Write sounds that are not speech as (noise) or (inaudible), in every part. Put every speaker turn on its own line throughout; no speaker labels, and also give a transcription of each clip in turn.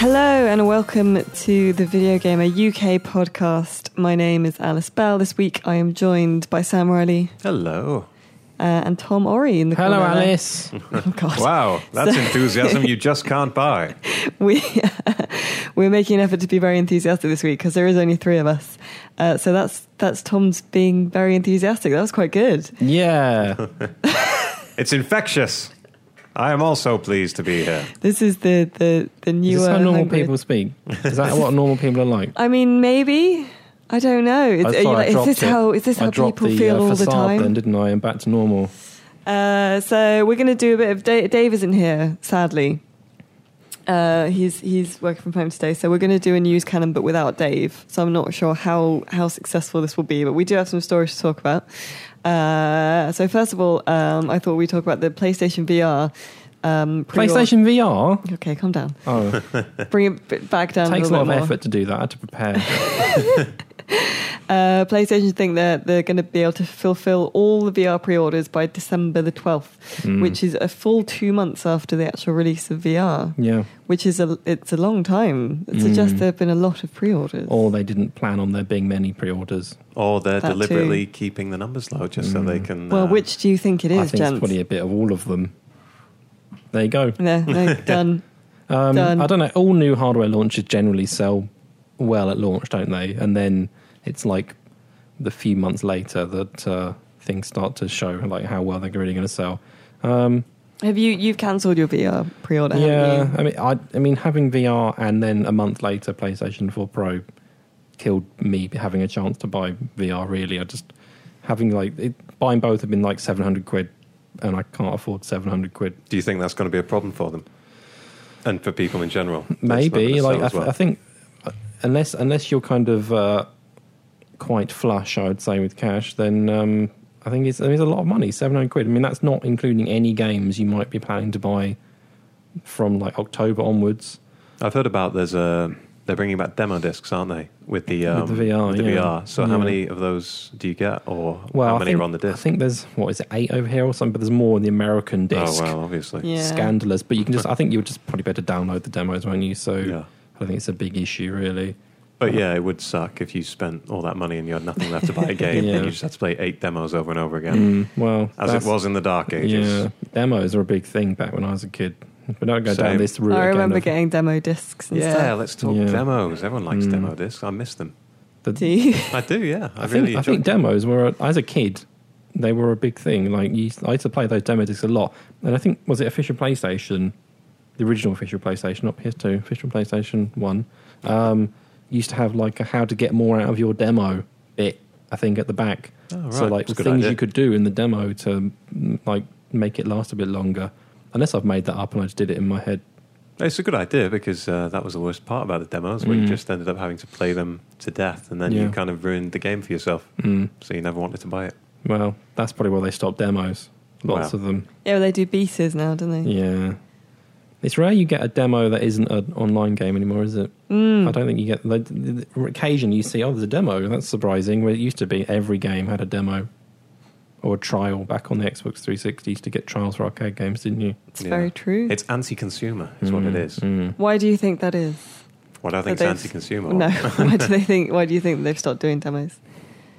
Hello and welcome to the Video Gamer UK podcast. My name is Alice Bell. This week I am joined by Sam Riley
Hello.
uh, and Tom Ori in the
Hello,
corner there.
Alice.
(laughs) Oh, God.
Wow,
(laughs)
that's enthusiasm you just can't buy.
we (laughs) we're making an effort to be very enthusiastic this week because there is only three of us. Uh, so that's that's Tom's being very enthusiastic. That was quite good.
Yeah.
It's infectious. I am also pleased to be here.
This is the the the newer.
Is this how normal
hybrid.
people speak? Is that what normal people are like?
I mean, maybe I don't know. (laughs) It's,
I
are you
thought I
like, is
dropped
this
it.
how is this
I
how
dropped
people
the,
feel
uh,
all the
facade Then
time?
didn't I? And back to normal.
Uh, so we're going to do a bit of da- Dave isn't here, sadly. Uh, he's he's working from home today, so we're going to do a news cannon, but without Dave. So I'm not sure how how successful this will be, but we do have some stories to talk about. Uh, so first of all, um, I thought we'd talk about the PlayStation VR. Um, pre-order-
PlayStation VR.
Okay, calm down. (laughs)
Oh,
Bring it b- back down.
takes a
little
lot of
bit more.
effort to do that. I had to prepare.
Uh, PlayStation think that they're going to be able to fulfill all the VR pre orders by December the 12th,
Mm.
which is a full two months after the actual release of VR,
Yeah.
which is a, it's a long time.
Mm.
It suggests there have been a lot of pre orders.
Or they didn't plan on there being many pre-orders.
Or they're
That
deliberately keeping the numbers low just so they
Mm.
can.
Well,
uh,
which do you think it
I
is,
think it's
gents?
probably a bit of all of them. There you go.
No,
(laughs)
no, done.
Um,
Done.
I don't know. All new hardware launches generally sell well at launch, don't they? And then it's like the few months later that uh, things start to show like how well they're really going to sell. Um,
Have you, you've cancelled your VR pre order,
yeah,
haven't
I mean, I, I mean, having VR and then a month later PlayStation 4 Pro killed me having a chance to buy VR. Really, I just having like it, buying both have been like seven hundred quid, and I can't afford seven hundred quid
do you think that's going to be a problem for them? And for people in general? It's not gonna
maybe
sell
like I,
as
th- I think uh, unless unless you're kind of uh, quite flush i would say with cash then um, i think it's, I mean, it's a lot of money 700 quid i mean that's not including any games you might be planning to buy from like october onwards
I've heard about there's a. They're bringing back demo discs, aren't they? With the, um,
the VR,
with the
yeah.
VR. So how
Yeah.
many of those do you get, or
well
how
I
many
think,
are on the
i
disc?
think there's what is it eight over here or something but there's more in the american disc
Oh well, obviously.
you? Yeah.
scandalous but you can just i think you would just probably better download the demos won't you so
Yeah.
i don't think it's a big issue really
But yeah, it would suck if you spent all that money and you had nothing left to
(laughs)
buy a game
Yeah.
and you just had to play eight demos over and over again,
Mm, well
as
that's-
it was in the dark ages.
Yeah, demos were a big thing back when I was a kid. But don't go down
Same.
this route.
I
again
remember
of
getting demo discs and
Yeah,
stuff.
let's talk
Yeah.
demos. Everyone likes
Mm.
demo discs. I miss them.
the-
Do you? (laughs)
I do, yeah. I,
I think
really
I
enjoy
think demos were as a kid, they were a big thing. Like you, I used to play those demo discs a lot. And I think was it official PlayStation, the original official PlayStation, not PS2, official PlayStation One, um, used to have like a how to get more out of your demo bit. I think at the back.
Oh,
So
right.
like
That's a good
things
idea.
you could do in the demo to mm, like make it last a bit longer. Unless I've made that up and I just did it in my head.
It's a good idea because uh, that was the worst part about the demos, where you
Mm.
just ended up having to play them to death and then you
Yeah.
kind of ruined the game for yourself.
Mm.
So you never wanted to buy it.
Well, that's probably why they stopped demos. Lots
Wow.
of them.
Yeah, well, they do beaters now, don't they?
Yeah. It's rare you get a demo that isn't an online game anymore, is it?
Mm.
I don't think you get. Like, th- th- occasionally you see, oh, there's a demo. That's surprising. Where it used to be every game had a demo or a trial back on the Xbox 360. You used to get trials for arcade games, didn't you?
It's
Yeah.
very true.
It's anti consumer, is what it is.
Mm.
Why do you think that is?
Well, I don't think it's
they've-
anti consumer.
(laughs)
No. why do they think? Why do you think they've stopped doing demos?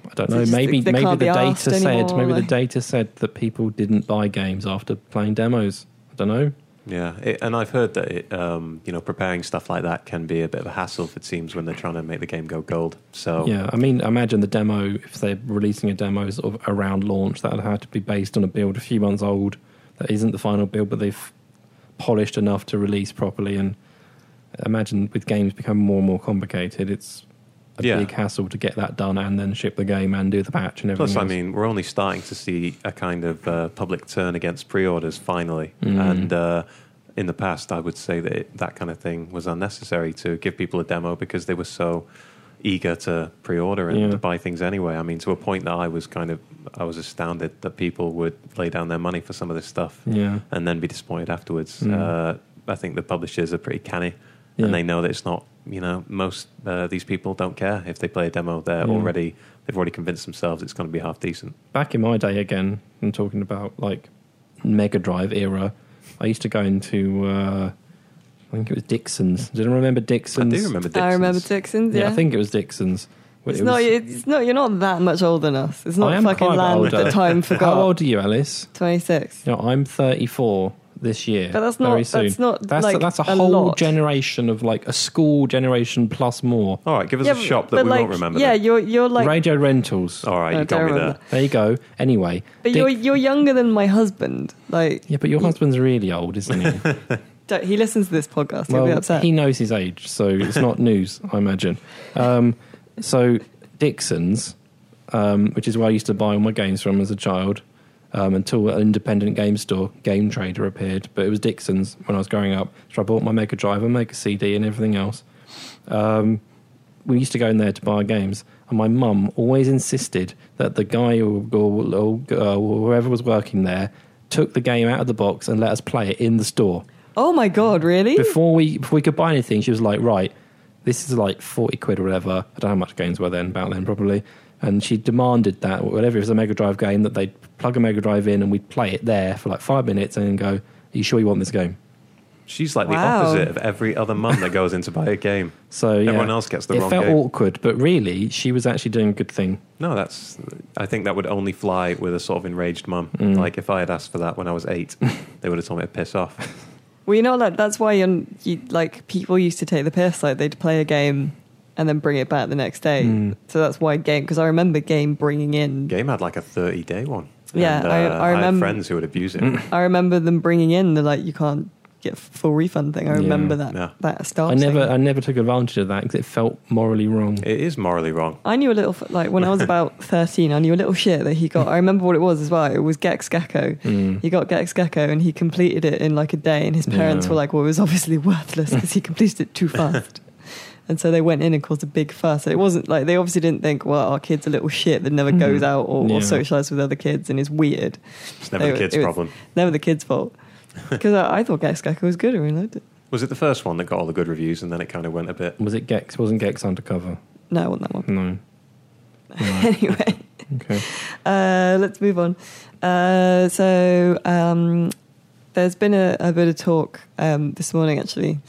I don't
They
know.
just-
Maybe
they
maybe the
can't be
data
asked
said
anymore,
maybe the
like-
data said that people didn't buy games after playing demos. I don't know.
Yeah, it, and I've heard that it, um, you know preparing stuff like that can be a bit of a hassle for teams when they're trying to make the game go gold. So
Yeah, I mean, imagine the demo if they're releasing a demo sort of around launch that'd have to be based on a build a few months old that isn't the final build, but they've polished enough to release properly. And imagine with games becoming more and more complicated, it's a
Yeah.
big hassle to get that done and then ship the game and do the patch and everything.
Plus, I
else.
mean, we're only starting to see a kind of uh, public turn against pre-orders finally.
Mm-hmm.
And uh, in the past, I would say that it, that kind of thing was unnecessary to give people a demo because they were so eager to pre-order and
Yeah.
to buy things anyway. I mean, to a point that I was kind of I was astounded that people would lay down their money for some of this stuff
yeah,
and then be disappointed afterwards. Uh, I think the publishers are pretty canny,
Mm. Yeah.
and they know that it's not. You know, most uh, these people don't care if they play a demo. They're
Yeah.
already they've already convinced themselves it's going to be half decent.
back in my day again i'm talking about like mega drive era i used to go into uh, I think it was Dixon's. Do you remember Dixon's?
I do remember Dixons.
I remember Dixon's. Yeah,
I think it was Dixon's. But
it's
it
not.
was-
It's not. You're not that much older than us. It's
I
not
am
fucking
quite
land
older.
that time forgot.
(laughs) How old are you, Alice?
Twenty six.
You know, I'm 34 this year.
But that's
very
not-
soon.
that's not,
That's
like,
that's a,
a
whole
lot.
generation of like a school generation plus more
All right, give us a shop that we
like,
won't remember.
Yeah,
then.
you're you're like. Oh.
radio rentals.
All right,
I
you got
don't
me there.
remember.
There you go. Anyway,
But
Dick-
you're you're younger than my husband. Like
yeah, but your husband's really old, isn't he?
(laughs) don't- he listens to this podcast. He'll be upset.
He knows his age, so
(laughs)
it's not news, I imagine. Um, so Dixon's, um, which is where I used to buy all my games from as a child, um, until an independent game store, Game Trader, appeared. But it was Dixon's when I was growing up. So I bought my Mega Drive and Mega CD and everything else. Um, we used to go in there to buy our games, and my mum always insisted that the guy or, or, or girl or whoever was working there took the game out of the box and let us play it in the store
oh my god, really?
before we before we could buy anything, she was like, "Right, this is like forty quid or whatever." I don't know how much games were then, about then probably. And she demanded that whatever it was a Mega Drive game that they'd plug a Mega Drive in and we'd play it there for like five minutes and then go, "Are you sure you want this game?"
She's like the
Wow.
opposite of every other mum that goes in to buy a
(laughs)
game.
So yeah,
Everyone else gets the
it
wrong
felt
game.
awkward, but really, she was actually doing a good thing.
No, that's. I think that would only fly with a sort of enraged mum.
Mm.
Like if I had asked for that when I was
(laughs)
eight, they would have told me to piss off.
Well, you know, like that's why you're, you like people used to take the piss. Like they'd play a game and then bring it back the next day.
Hmm.
So that's why game. Because I remember game bringing in.
Game had like a thirty-day one.
Yeah,
And, uh,
I- I
had
remember-
friends who would abuse it.
Mm.
I remember them bringing in the like you can't get full refund thing. I
Yeah.
remember that
Yeah.
that start.
I never,
thing.
I never took advantage of that because it felt morally wrong.
it is morally wrong.
I knew a little, f- like
(laughs)
when I was about 13, I knew a little shit that he got. I remember what it was as well. It was Gex Gecko.
Hmm.
He got Gex Gecko and he completed it in like a day. And his parents
Yeah.
were like, well, it was obviously worthless because he completed
(laughs)
it too fast. and so they went in and caused a big fuss. It wasn't like they obviously didn't think, well, our kid's a little shit that never goes out or,
Mm-hmm. Yeah.
or socializes with other kids and is weird.
It's never
They
the
were-
kid's
it was
problem.
Never the kid's
(laughs)
fault. Because I, I thought Gex Gecko was good and we liked it.
Was it the first one that got all the good reviews, and then it kind of went a bit?
Was it Gex? Wasn't Gex undercover?
No, I want that one.
No.
(laughs) anyway.
Okay.
Uh, let's move on. Uh, so um, there's been a, a bit of talk um, this morning, actually,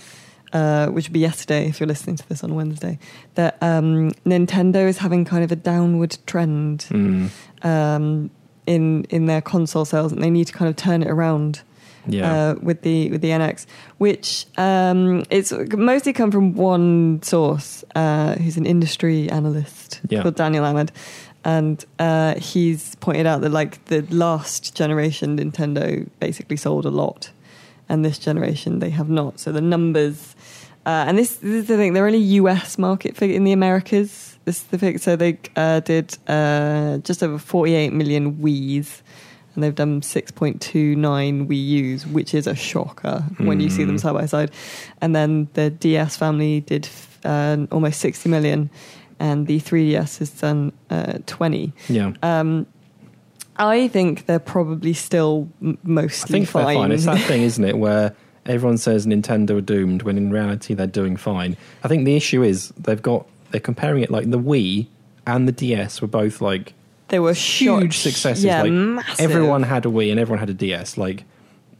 uh, which would be yesterday if you're listening to this on Wednesday, that um, Nintendo is having kind of a downward trend
Mm.
um, in in their console sales, and they need to kind of turn it around
Yeah.
uh, with the with the NX, which um, it's mostly come from one source, uh, who's an industry analyst
Yeah.
called Daniel Ahmed, and uh, he's pointed out that like the last generation Nintendo basically sold a lot, and this generation they have not. So the numbers. Uh, and this, this is the thing. They're only U.S. market figure in the Americas. This is the figure. So they uh, did uh, just over 48 million Wii's, and they've done 6.29 Wii U's, which is a shocker when you
Hmm.
see them side by side. And then the DS family did uh, almost 60 million, and the 3DS has done uh, 20.
yeah.
Um, I think they're probably still m-
I
mostly
think they're fine. It's that
(laughs)
thing, isn't it, where everyone says Nintendo are doomed when in reality they're doing fine. I think the issue is they've got they're comparing it like the Wii and the DS were both like
they were shot-
huge successes.
Yeah,
like
massive.
everyone had a Wii and everyone had a DS. Like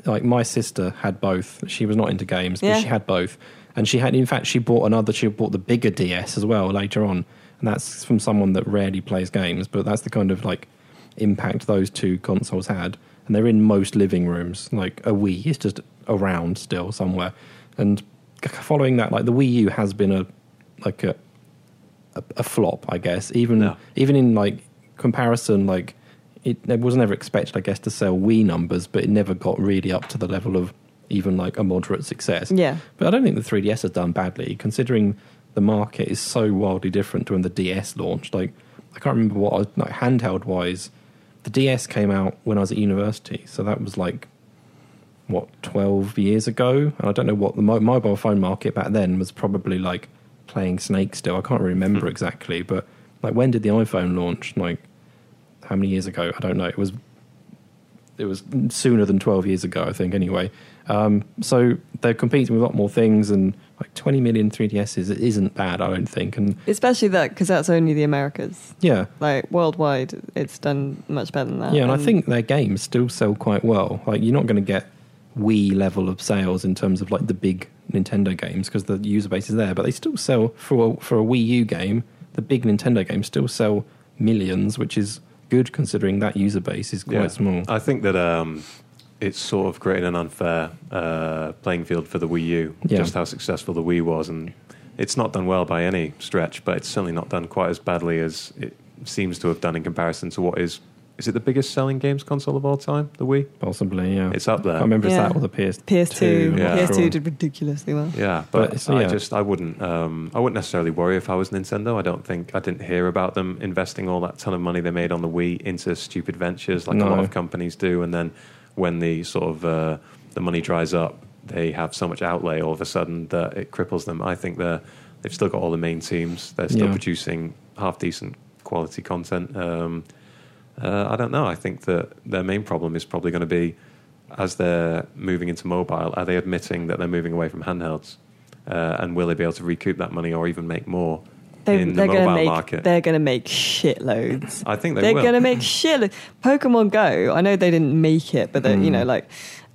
like my sister had both. She was not into games, but
Yeah.
she had both. And she had in fact she bought another she bought the bigger DS as well later on. And that's from someone that rarely plays games, but that's the kind of like impact those two consoles had. And they're in most living rooms. Like a Wii is just around still somewhere. And c- following that, like the Wii U has been a like a a, a flop, I guess. Even
No.
even in like comparison, like it, it was never expected, I guess, to sell Wii numbers, but it never got really up to the level of even like a moderate success.
Yeah.
But I don't think the 3DS has done badly, considering the market is so wildly different to when the DS launched. Like I can't remember what I, like handheld wise, the DS came out when I was at university, so that was like what 12 years ago and i don't know what the mo- mobile phone market back then was probably like playing snake still i can't remember exactly but like when did the iphone launch like how many years ago i don't know it was it was sooner than 12 years ago i think anyway um, so they're competing with a lot more things and like 20 million 3ds's it isn't bad i don't think and
Especially that because that's only the Americas.
yeah
Like worldwide, it's done much better than that.
Yeah, and I think their games still sell quite well. Like you're not going to get Wii level of sales in terms of like the big Nintendo games because the user base is there, but they still sell for a, for a Wii U game. The big Nintendo games still sell millions, which is good considering that user base is quite small.
I think that um, it's sort of created an unfair uh, playing field for the Wii U,
Yeah.
just how successful the Wii was. And it's not done well by any stretch, but it's certainly not done quite as badly as it seems to have done in comparison to what is. Is it the biggest selling games console of all time, the Wii?
Possibly, yeah.
It's up
I
there.
can't remember
Yeah.
if that or the PS
PS2,
Yeah.
PS2 did ridiculously well.
Yeah, but,
But it's-
I
yeah.
just I wouldn't um, I wouldn't necessarily worry if I was Nintendo. I don't think I didn't hear about them investing all that ton of money they made on the Wii into stupid ventures like a lot
No.
of companies do, and then when the sort of uh, the money dries up, they have so much outlay all of a sudden that it cripples them. I think they're they've still got all the main teams. They're still
Yeah.
producing half decent quality content. Um, uh, I don't know. I think that their main problem is probably going to be as they're moving into mobile, are they admitting that they're moving away from handhelds? Uh, and will they be able to recoup that money or even make more in the
they're gonna
mobile
make,
market?
They're going to make shitloads.
I think they
They're
will.
going to
(laughs)
make shitloads. Pokemon Go. I know they didn't make it, but they're
Hmm.
you know like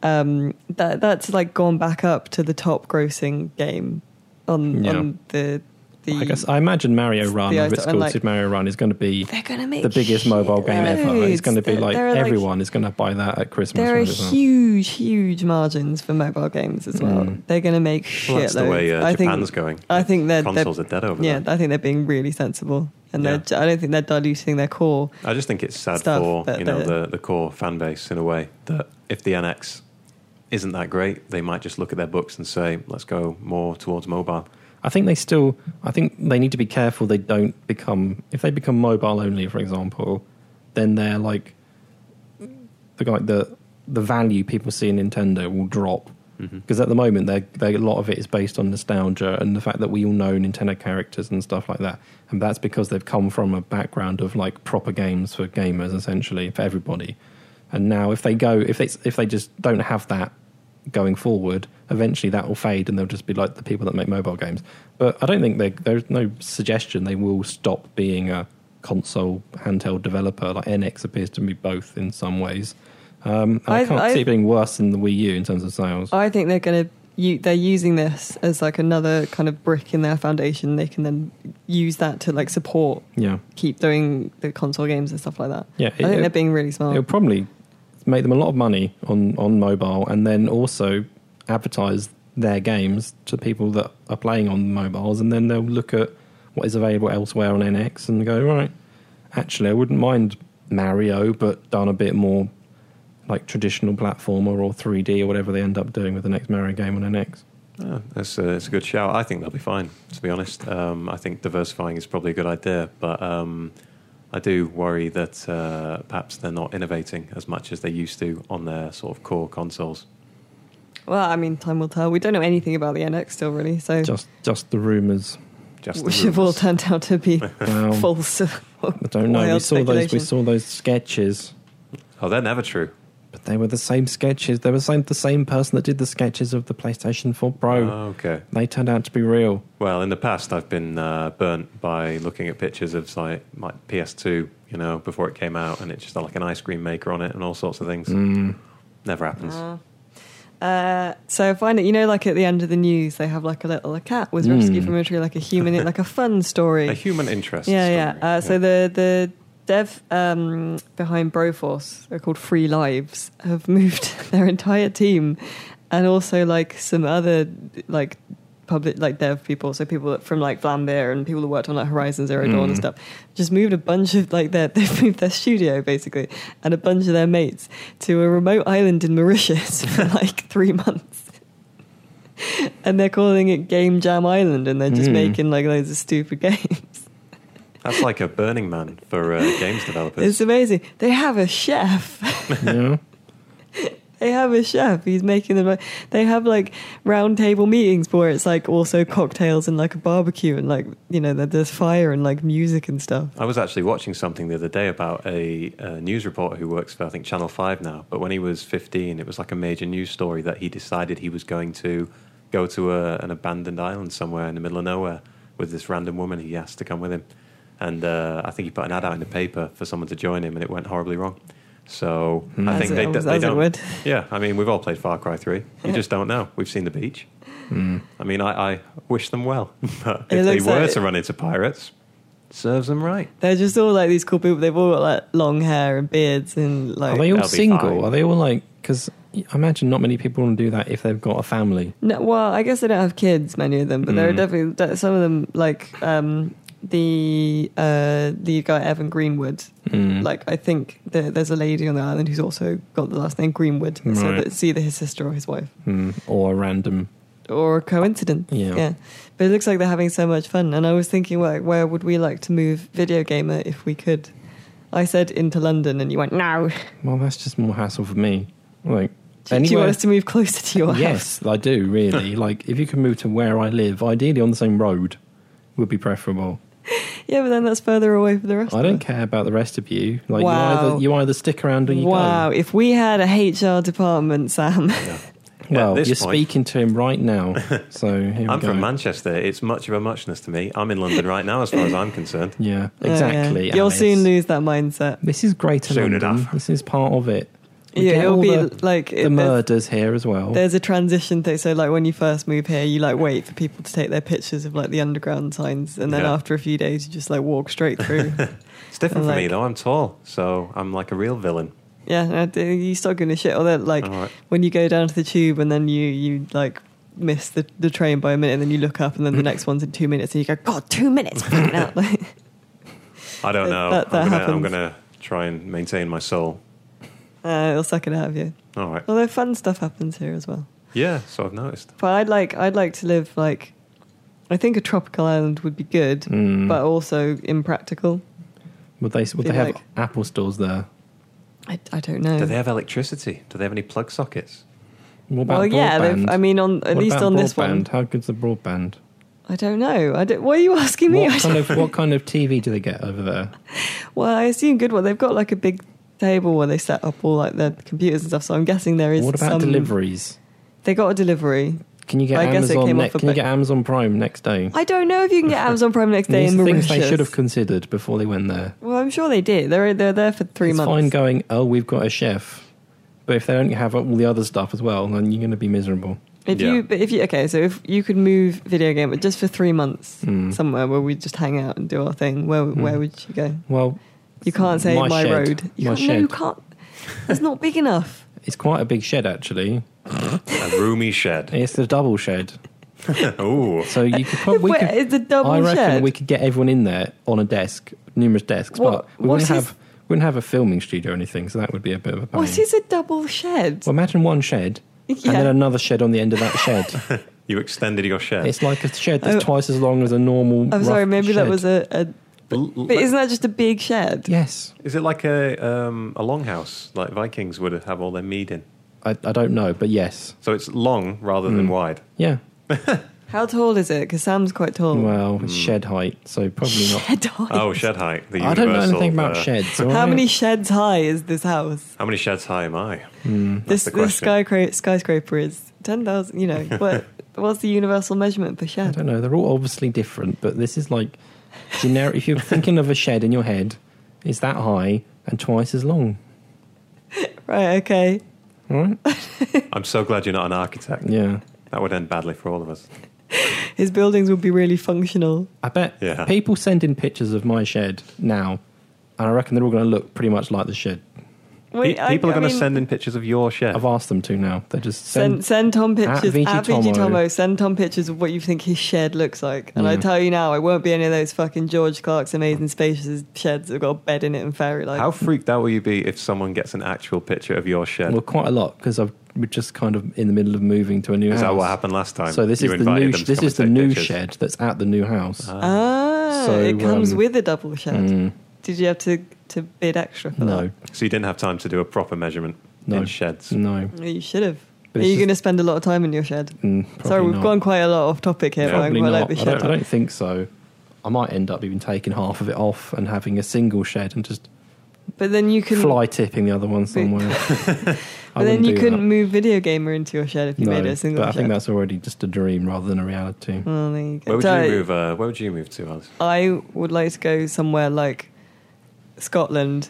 um, that. That's like gone back up to the top grossing game on
Yeah.
on the. the
I guess I imagine Mario Run,
the
if it's
item,
called
like-
Super Mario Run, is going to be
they're going to make
the biggest mobile game ever. It's
shitloads.
going to be
There-
like
there are,
everyone is going to buy that at Christmas.
There are
when it's out.
huge, huge margins for mobile games as well.
Mm.
They're going to make shitloads.
Hmm. well, that's the way uh,
I think-
Japan's going.
I think they're, they're
Consoles are dead over
yeah,
there.
I think they're being really sensible, and
Yeah.
they're, I don't think they're diluting their core.
I just think it's sad
stuff,
for
but
you know
the-
the, the core fan base in a way that if the NX isn't that great, they might just look at their books and say, "Let's go more towards mobile."
I think they still. I think they need to be careful. They don't become if they become mobile only, for example, then they're like the guy the the value people see in Nintendo will drop because at the moment they they a lot of it is based on nostalgia and the fact that we all know Nintendo characters and stuff like that, and that's because they've come from a background of like proper games for gamers essentially for everybody, and now if they go if they if they just don't have that going forward, eventually that will fade and they'll just be like the people that make mobile games. But I don't think they, there's no suggestion they will stop being a console handheld developer. Like NX appears to be both in some ways. Um, and I,
I-
can't
I-
see it being worse than the Wii U in terms of sales.
I think they're going to. They're using this as like another kind of brick in their foundation. They can then use that to like support,
yeah,
keep doing the console games and stuff like that.
Yeah,
I think
it-
they're being really
it'll
smart.
probably make them a lot of money on on mobile, and then also advertise their games to people that are playing on mobiles, and then they'll look at what is available elsewhere on NX and go right. Actually, I wouldn't mind Mario, but done a bit more like traditional platformer or 3D or whatever they end up doing with the next Mario game on NX.
Yeah, that's a, it's a good shout. I think they'll be fine, to be honest. Um, I think diversifying is probably a good idea, but um, I do worry that uh, perhaps they're not innovating as much as they used to on their sort of core consoles.
Well, I mean, time will tell. We don't know anything about the NX still, really. So (laughs)
Just just the rumors.
Just the
which have all
rumours.
turned out to
(laughs)
be
Well,
false. (laughs) I
Um, I don't know. We saw those. We saw those sketches.
Oh, they're never true.
But they were the same sketches. They were same, the same person that did the sketches of the PlayStation 4 Pro.
Okay.
They turned out to be real.
Well, in the past, I've been uh, burnt by looking at pictures of like my PS2, you know, before it came out, and it's just had, like an ice cream maker on it and all sorts of things.
Mm.
Mm.
Never happens.
Ah. Uh, so I find it, you know, like at the end of the news, they have like a little a cat was
Hmm.
rescued from a tree, like a human, like a fun story. (laughs)
A human interest.
yeah,
story.
yeah. Uh, So the the dev um, behind Broforce, they're called Free Lives, have (laughs) moved their entire team, and also like some other like public like dev people, so people that- from like Flambeer and people that worked on like Horizon Zero Dawn and stuff, just moved a bunch of like their (laughs) they've moved their studio basically and a bunch of their mates to a remote island in Mauritius (laughs) for like three months. (laughs) And they're calling it Game Jam Island, and they're just
Mm.
making like loads of stupid (laughs) games.
That's like a Burning Man for uh, games developers.
It's amazing. They have a chef. (laughs)
(laughs)
Yeah.
they have a chef. He's making them. They have like round table meetings where it's like also cocktails and like a barbecue and like you know there- there's fire and like music and stuff.
I was actually watching something the other day about a, a news reporter who works for, I think, Channel 5 now. But when he was 15, it was like a major news story that he decided he was going to go to a, an abandoned island somewhere in the middle of nowhere with this random woman he asked to come with him. And uh, I think he put an ad out in the paper for someone to join him, and it went horribly wrong. So I
As
think
it-
they, d-
as
they (laughs)
it
don't.
would.
Yeah, I mean, we've all played Far Cry 3. You just don't know. We've seen the beach. I mean, I, I wish them well, (laughs) but
It
if they
looks
were
like-
to run into pirates, serves them right.
They're just all like these cool people. They've all got like long hair and beards and
Are
like.
they all
That'll be
single?
fine.
Are they all like? Because I imagine not many people want to do that if they've got a family.
No, well, I guess they don't have kids, many of them, but there are
Mm.
definitely de- some of them like um, the uh, the guy Evan Greenwood.
Mm.
Like I think there, there's a lady on the island who's also got the last name Greenwood, so
Right.
it's either his sister or his wife,
Mm. or a random.
or a coincidence.
Yeah.
but it looks like they're having so much fun, and I was thinking, like, where would we like to move Video Gamer if we could? I said into London, and you went no. (laughs)
Well, that's just more hassle for me. Like
Do, do you want us to move closer to your house?
yes, I do
(laughs)
really. like if you can move to where I live, ideally on the same road, would be preferable.
Yeah, but then that's further away from the rest.
I
of
don't
us.
care about the rest of you. Like you
Wow.
either you either stick around or you
Wow, if we had a HR department, Sam. (laughs)
go. Well,
this
you're
point-
speaking to him right now.
(laughs)
So here we
I'm
go.
from Manchester. It's much of a muchness to me. I'm in London right now, as far as I'm
(laughs)
concerned.
Oh,
Yeah,
Yeah, yeah.
(laughs) exactly.
You'll
Alice.
soon lose that mindset.
This is greater
Soon
London.
enough.
This is part of it. We
Yeah,
get
it'll
all
be
the,
like
the
it- there's,
murders here as well.
there's a transition thing. So, like when you first move here, you like wait for people to take their pictures of like the underground signs, and then
Yeah.
after a few days, you just like walk straight
(laughs)
through.
(laughs) It's different
And
for me
like-
though. I'm tall, so I'm like a real villain.
yeah, and you start giving a shit. Or that like
All right.
when you go down to the tube, and then you you like miss the, the train by a minute, and then you look up, and then the
Mm.
next one's in two minutes, and you go, God, two minutes, fucking
(laughs)
hell." (laughs) Like,
I don't
That-
know.
that- that
I'm, gonna, I'm
happens.
gonna try and maintain my soul.
uh, it'll suck it out of you.
All right.
Although fun stuff happens here as well.
Yeah. So I've noticed.
But I'd like I'd like to live like I think a tropical island would be good,
Mm.
but also impractical.
would they would they
feel
have
like-
Apple stores there?
I, I don't know.
Do they have electricity? Do they have any plug sockets?
What about
well, yeah,
broadband?
they've- I mean, on at
What
least
about
on this
broadband?
one,
How good's
(laughs)
the broadband?
I don't know. I don't, why are you asking me? I
What kind
don't-
of what kind of TV do they get over there?
well, I assume good one. They've got like a big table where they set up all like their computers and stuff. So I'm guessing (laughs) there is.
What about
some,
deliveries?
They got a delivery.
Can you get
I guess it
Amazon?
came off
next
a
can you
bit.
get Amazon Prime next day?
I don't know if you can
(laughs)
get Amazon Prime next day
These
in
are
Mauritius.
things they should have considered before they went there.
well, I'm sure they did. They're they're there for three
it's
months.
fine going. Oh, we've got a chef, but if they don't have all the other stuff as well, then you're going to be miserable.
If
Yeah.
you, but if you, okay, so if you could move video game, but just for three months
Mm.
somewhere where we just hang out and do our thing, where where would you go?
Well,
You can't say
Hmm. My
my,
shed.
road. You
My
can't, No, you
shed.
can't. It's not big enough.
(laughs) it's quite a big shed actually.
A
(laughs)
roomy shed. (laughs)
It's the double shed,
Ooh.
so you
(laughs)
could put. We
Wait,
could,
it's a double
I reckon
shed.
we could get everyone in there on a desk, numerous desks,
What-
but we
what
wouldn't
is-
have we wouldn't have a filming studio or anything, so that would be a bit of a pain.
What is a double shed?
Well, imagine one shed
Yeah.
and then another shed on the end of that
(laughs)
shed.
You extended your shed.
it's like a shed that's
Oh.
twice as long as a normal.
I'm Oh, sorry,
rough
maybe that
shed.
was a. a
L-
but isn't that just a big shed?
Yes,
Is it like a um, a longhouse, like Vikings would have all their mead in?
I, I don't know, but yes,
So it's long rather
Hmm.
than wide.
yeah.
How tall is it? Because Sam's quite tall.
Well, it's shed height, so probably not.
Oh. Shed height.
Oh, shed height. Hmm. The
I don't know
universal,
anything about
uh,
(laughs)
sheds. all
How
right?
many sheds high is this house?
How many sheds high am I?
Hmm.
this
the
this
question.
skyscra- skyscraper is ten thousand.
(laughs)
You know what? What's the universal measurement for
I
shed?
don't know. They're all obviously different, but this is like generic. if you're thinking of a shed in your head, it's that high and twice as long.
Right. Okay.
All
(laughs)
right?
I'm so glad you're not an architect.
Yeah.
That would end badly for all of us.
His buildings would be really functional.
I bet
Yeah.
people send in pictures of my shed now, and I reckon they're all going to look pretty much like the shed.
Wait,
Pe-
I-
people
I
are going
mean,
to send in pictures of your shed.
I've asked them to now. They just
Send, send
send.
Tom
At
pictures
VG
at VG
Tomo. Mm.
Tomo. Send Tom pictures of what you think his shed looks like, and I
Yeah.
tell you now, it won't be any of those fucking George Clark's amazing spacious sheds that've got a bed in it and fairy lights.
How freaked out will you be if someone gets an actual picture of your shed?
well, quite a lot because I've we're just kind of in the middle of moving to a new house.
Is that what happened last time?
So this
You
is the
invited
new
them to
this
come
is the
and take
new
pictures. Uh,
shed that's at the new house.
Ah,
So,
it comes
um,
with a double shed.
Mm,
Did you have to to bid extra for
no,
So you didn't have time to do a proper measurement
No.
in sheds.
no.
that? You should have.
But
Are
it's
you
just-
going to spend a lot of time in your shed?
Mm,
Sorry,
probably
we've
not.
gone quite a lot off topic here, but I'm
Probably
quite
not.
like the
I,
shed.
don't, I don't think so. I might end up even taking half of it off and having a single shed and just
But then you couldn't.
fly tipping the other one
(laughs)
somewhere. I
But then
wouldn't
you
do
couldn't
that.
move Video Gamer into your shed if you
No,
made it a single
but I
shed. Mm.
think that's already just a dream rather than a reality.
Well, there you go.
Where would
So,
you move? Uh, where would you move to, Alice?
I would like to go somewhere like Scotland,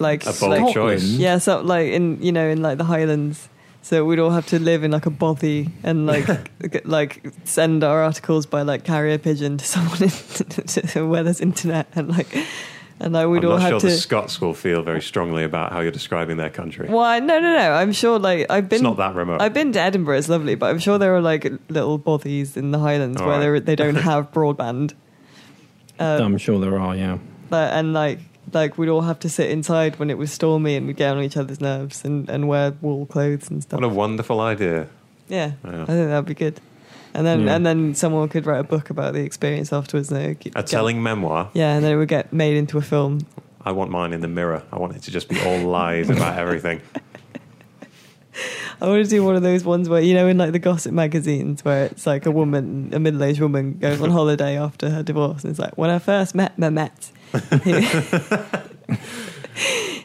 like
A bold
like-
choice.
yeah, so like in you know in like the Highlands, So we'd all have to live in like a bothy and
(laughs)
like g- like send our articles by like carrier pigeon to (laughs) someone in, to where there's internet and like and I would
I'm
all
not
have
sure
to.
the Scots will feel very strongly about how you're describing their country.
Why? No, no, no. I'm sure. Like I've been.
it's not that remote.
I've been to Edinburgh. It's lovely, but I'm sure there are like little bothies in the Highlands
All
where
right.
they're- they
(laughs)
don't have broadband. Uh,
I'm sure there are, yeah.
but, and like like we'd all have to sit inside when it was stormy and we'd get on each other's nerves and, and wear wool clothes and stuff.
What a wonderful idea.
yeah,
Yeah.
I think that'd be good. And then
Yeah.
and then someone could write a book about the experience afterwards. And they would get-
A telling memoir.
Yeah, and then it would get made into a film.
I want mine in the mirror. I want it to just be all
(laughs)
lies about everything.
I want to do one of those ones where you know in like the gossip magazines where it's like a woman, a middle-aged woman goes on holiday after her divorce and it's like when I first met
(laughs)
Mehmet, (laughs) he,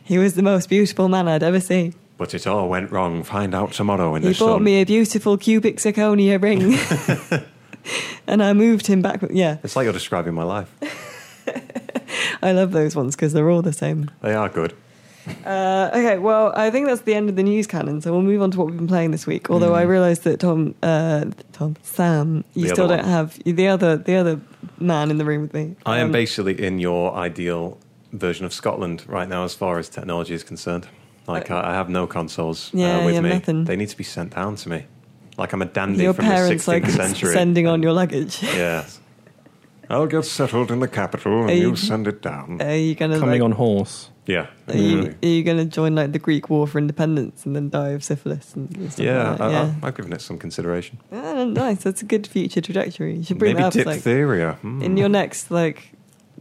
he was the most beautiful man I'd ever seen.
But it all went wrong. Find out tomorrow in
He
the
bought
sun.
me a beautiful cubic zirconia ring.
(laughs)
(laughs) and I moved him back. Yeah,
It's like you're describing my life.
I love those ones because they're all the same.
They are good.
Uh, okay, well, I think that's the end of the news canon, so we'll move on to what we've been playing this week. Although I realised that Tom, uh, Tom, Sam, you
Mm. The
still
other
don't
one.
have the other the other man in the room with me.
I am
Um,
basically in your ideal version of Scotland right now, as far as technology is concerned. Like I, I have no consoles
Uh, Yeah,
uh, with
yeah,
me.
nothing.
They need to be sent down to me. Like I'm a dandy
your
from
parents
the 16th
like
century.
sending on your luggage. (laughs)
(laughs) Yes. I'll get settled in the capital, and
Are you-
you send it down.
Are you gonna
Coming
like,
on horse.
yeah.
Are you, (laughs)
exactly.
are you gonna join like the Greek War for Independence and then die of syphilis and stuff like
Yeah,
that?
I,
yeah.
I, I've given it some consideration.
Ah, nice. That's a good future trajectory. You should bring
Maybe
that up. Like,
diphtheria. Hmm.
in your next like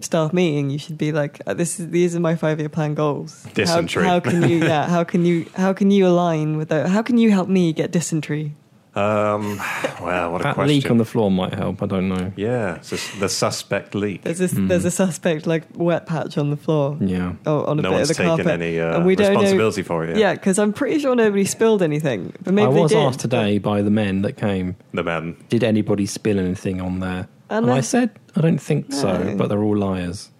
staff meeting, you should be like, uh, "This is these are my five year plan goals. How-
Dysentery.
How, can you? Yeah. How can you? How can you align with that? How can you help me get dysentery?
Um, well, what a
That
question.
leak on the floor might help, I don't know.
yeah, it's just the suspect leak.
There's this. There's a suspect like wet patch on the floor.
Yeah.
Oh, on a
no
bit
one's
of the
taken
carpet,
any uh,
and we don't know.
responsibility for it.
Yeah, because I'm pretty sure nobody spilled anything, but maybe
I
they
was
did.
asked
(laughs)
today by the men that came,
The man.
did anybody spill anything on there? and I
Unless-
said, I don't think
No.
so, but they're all liars.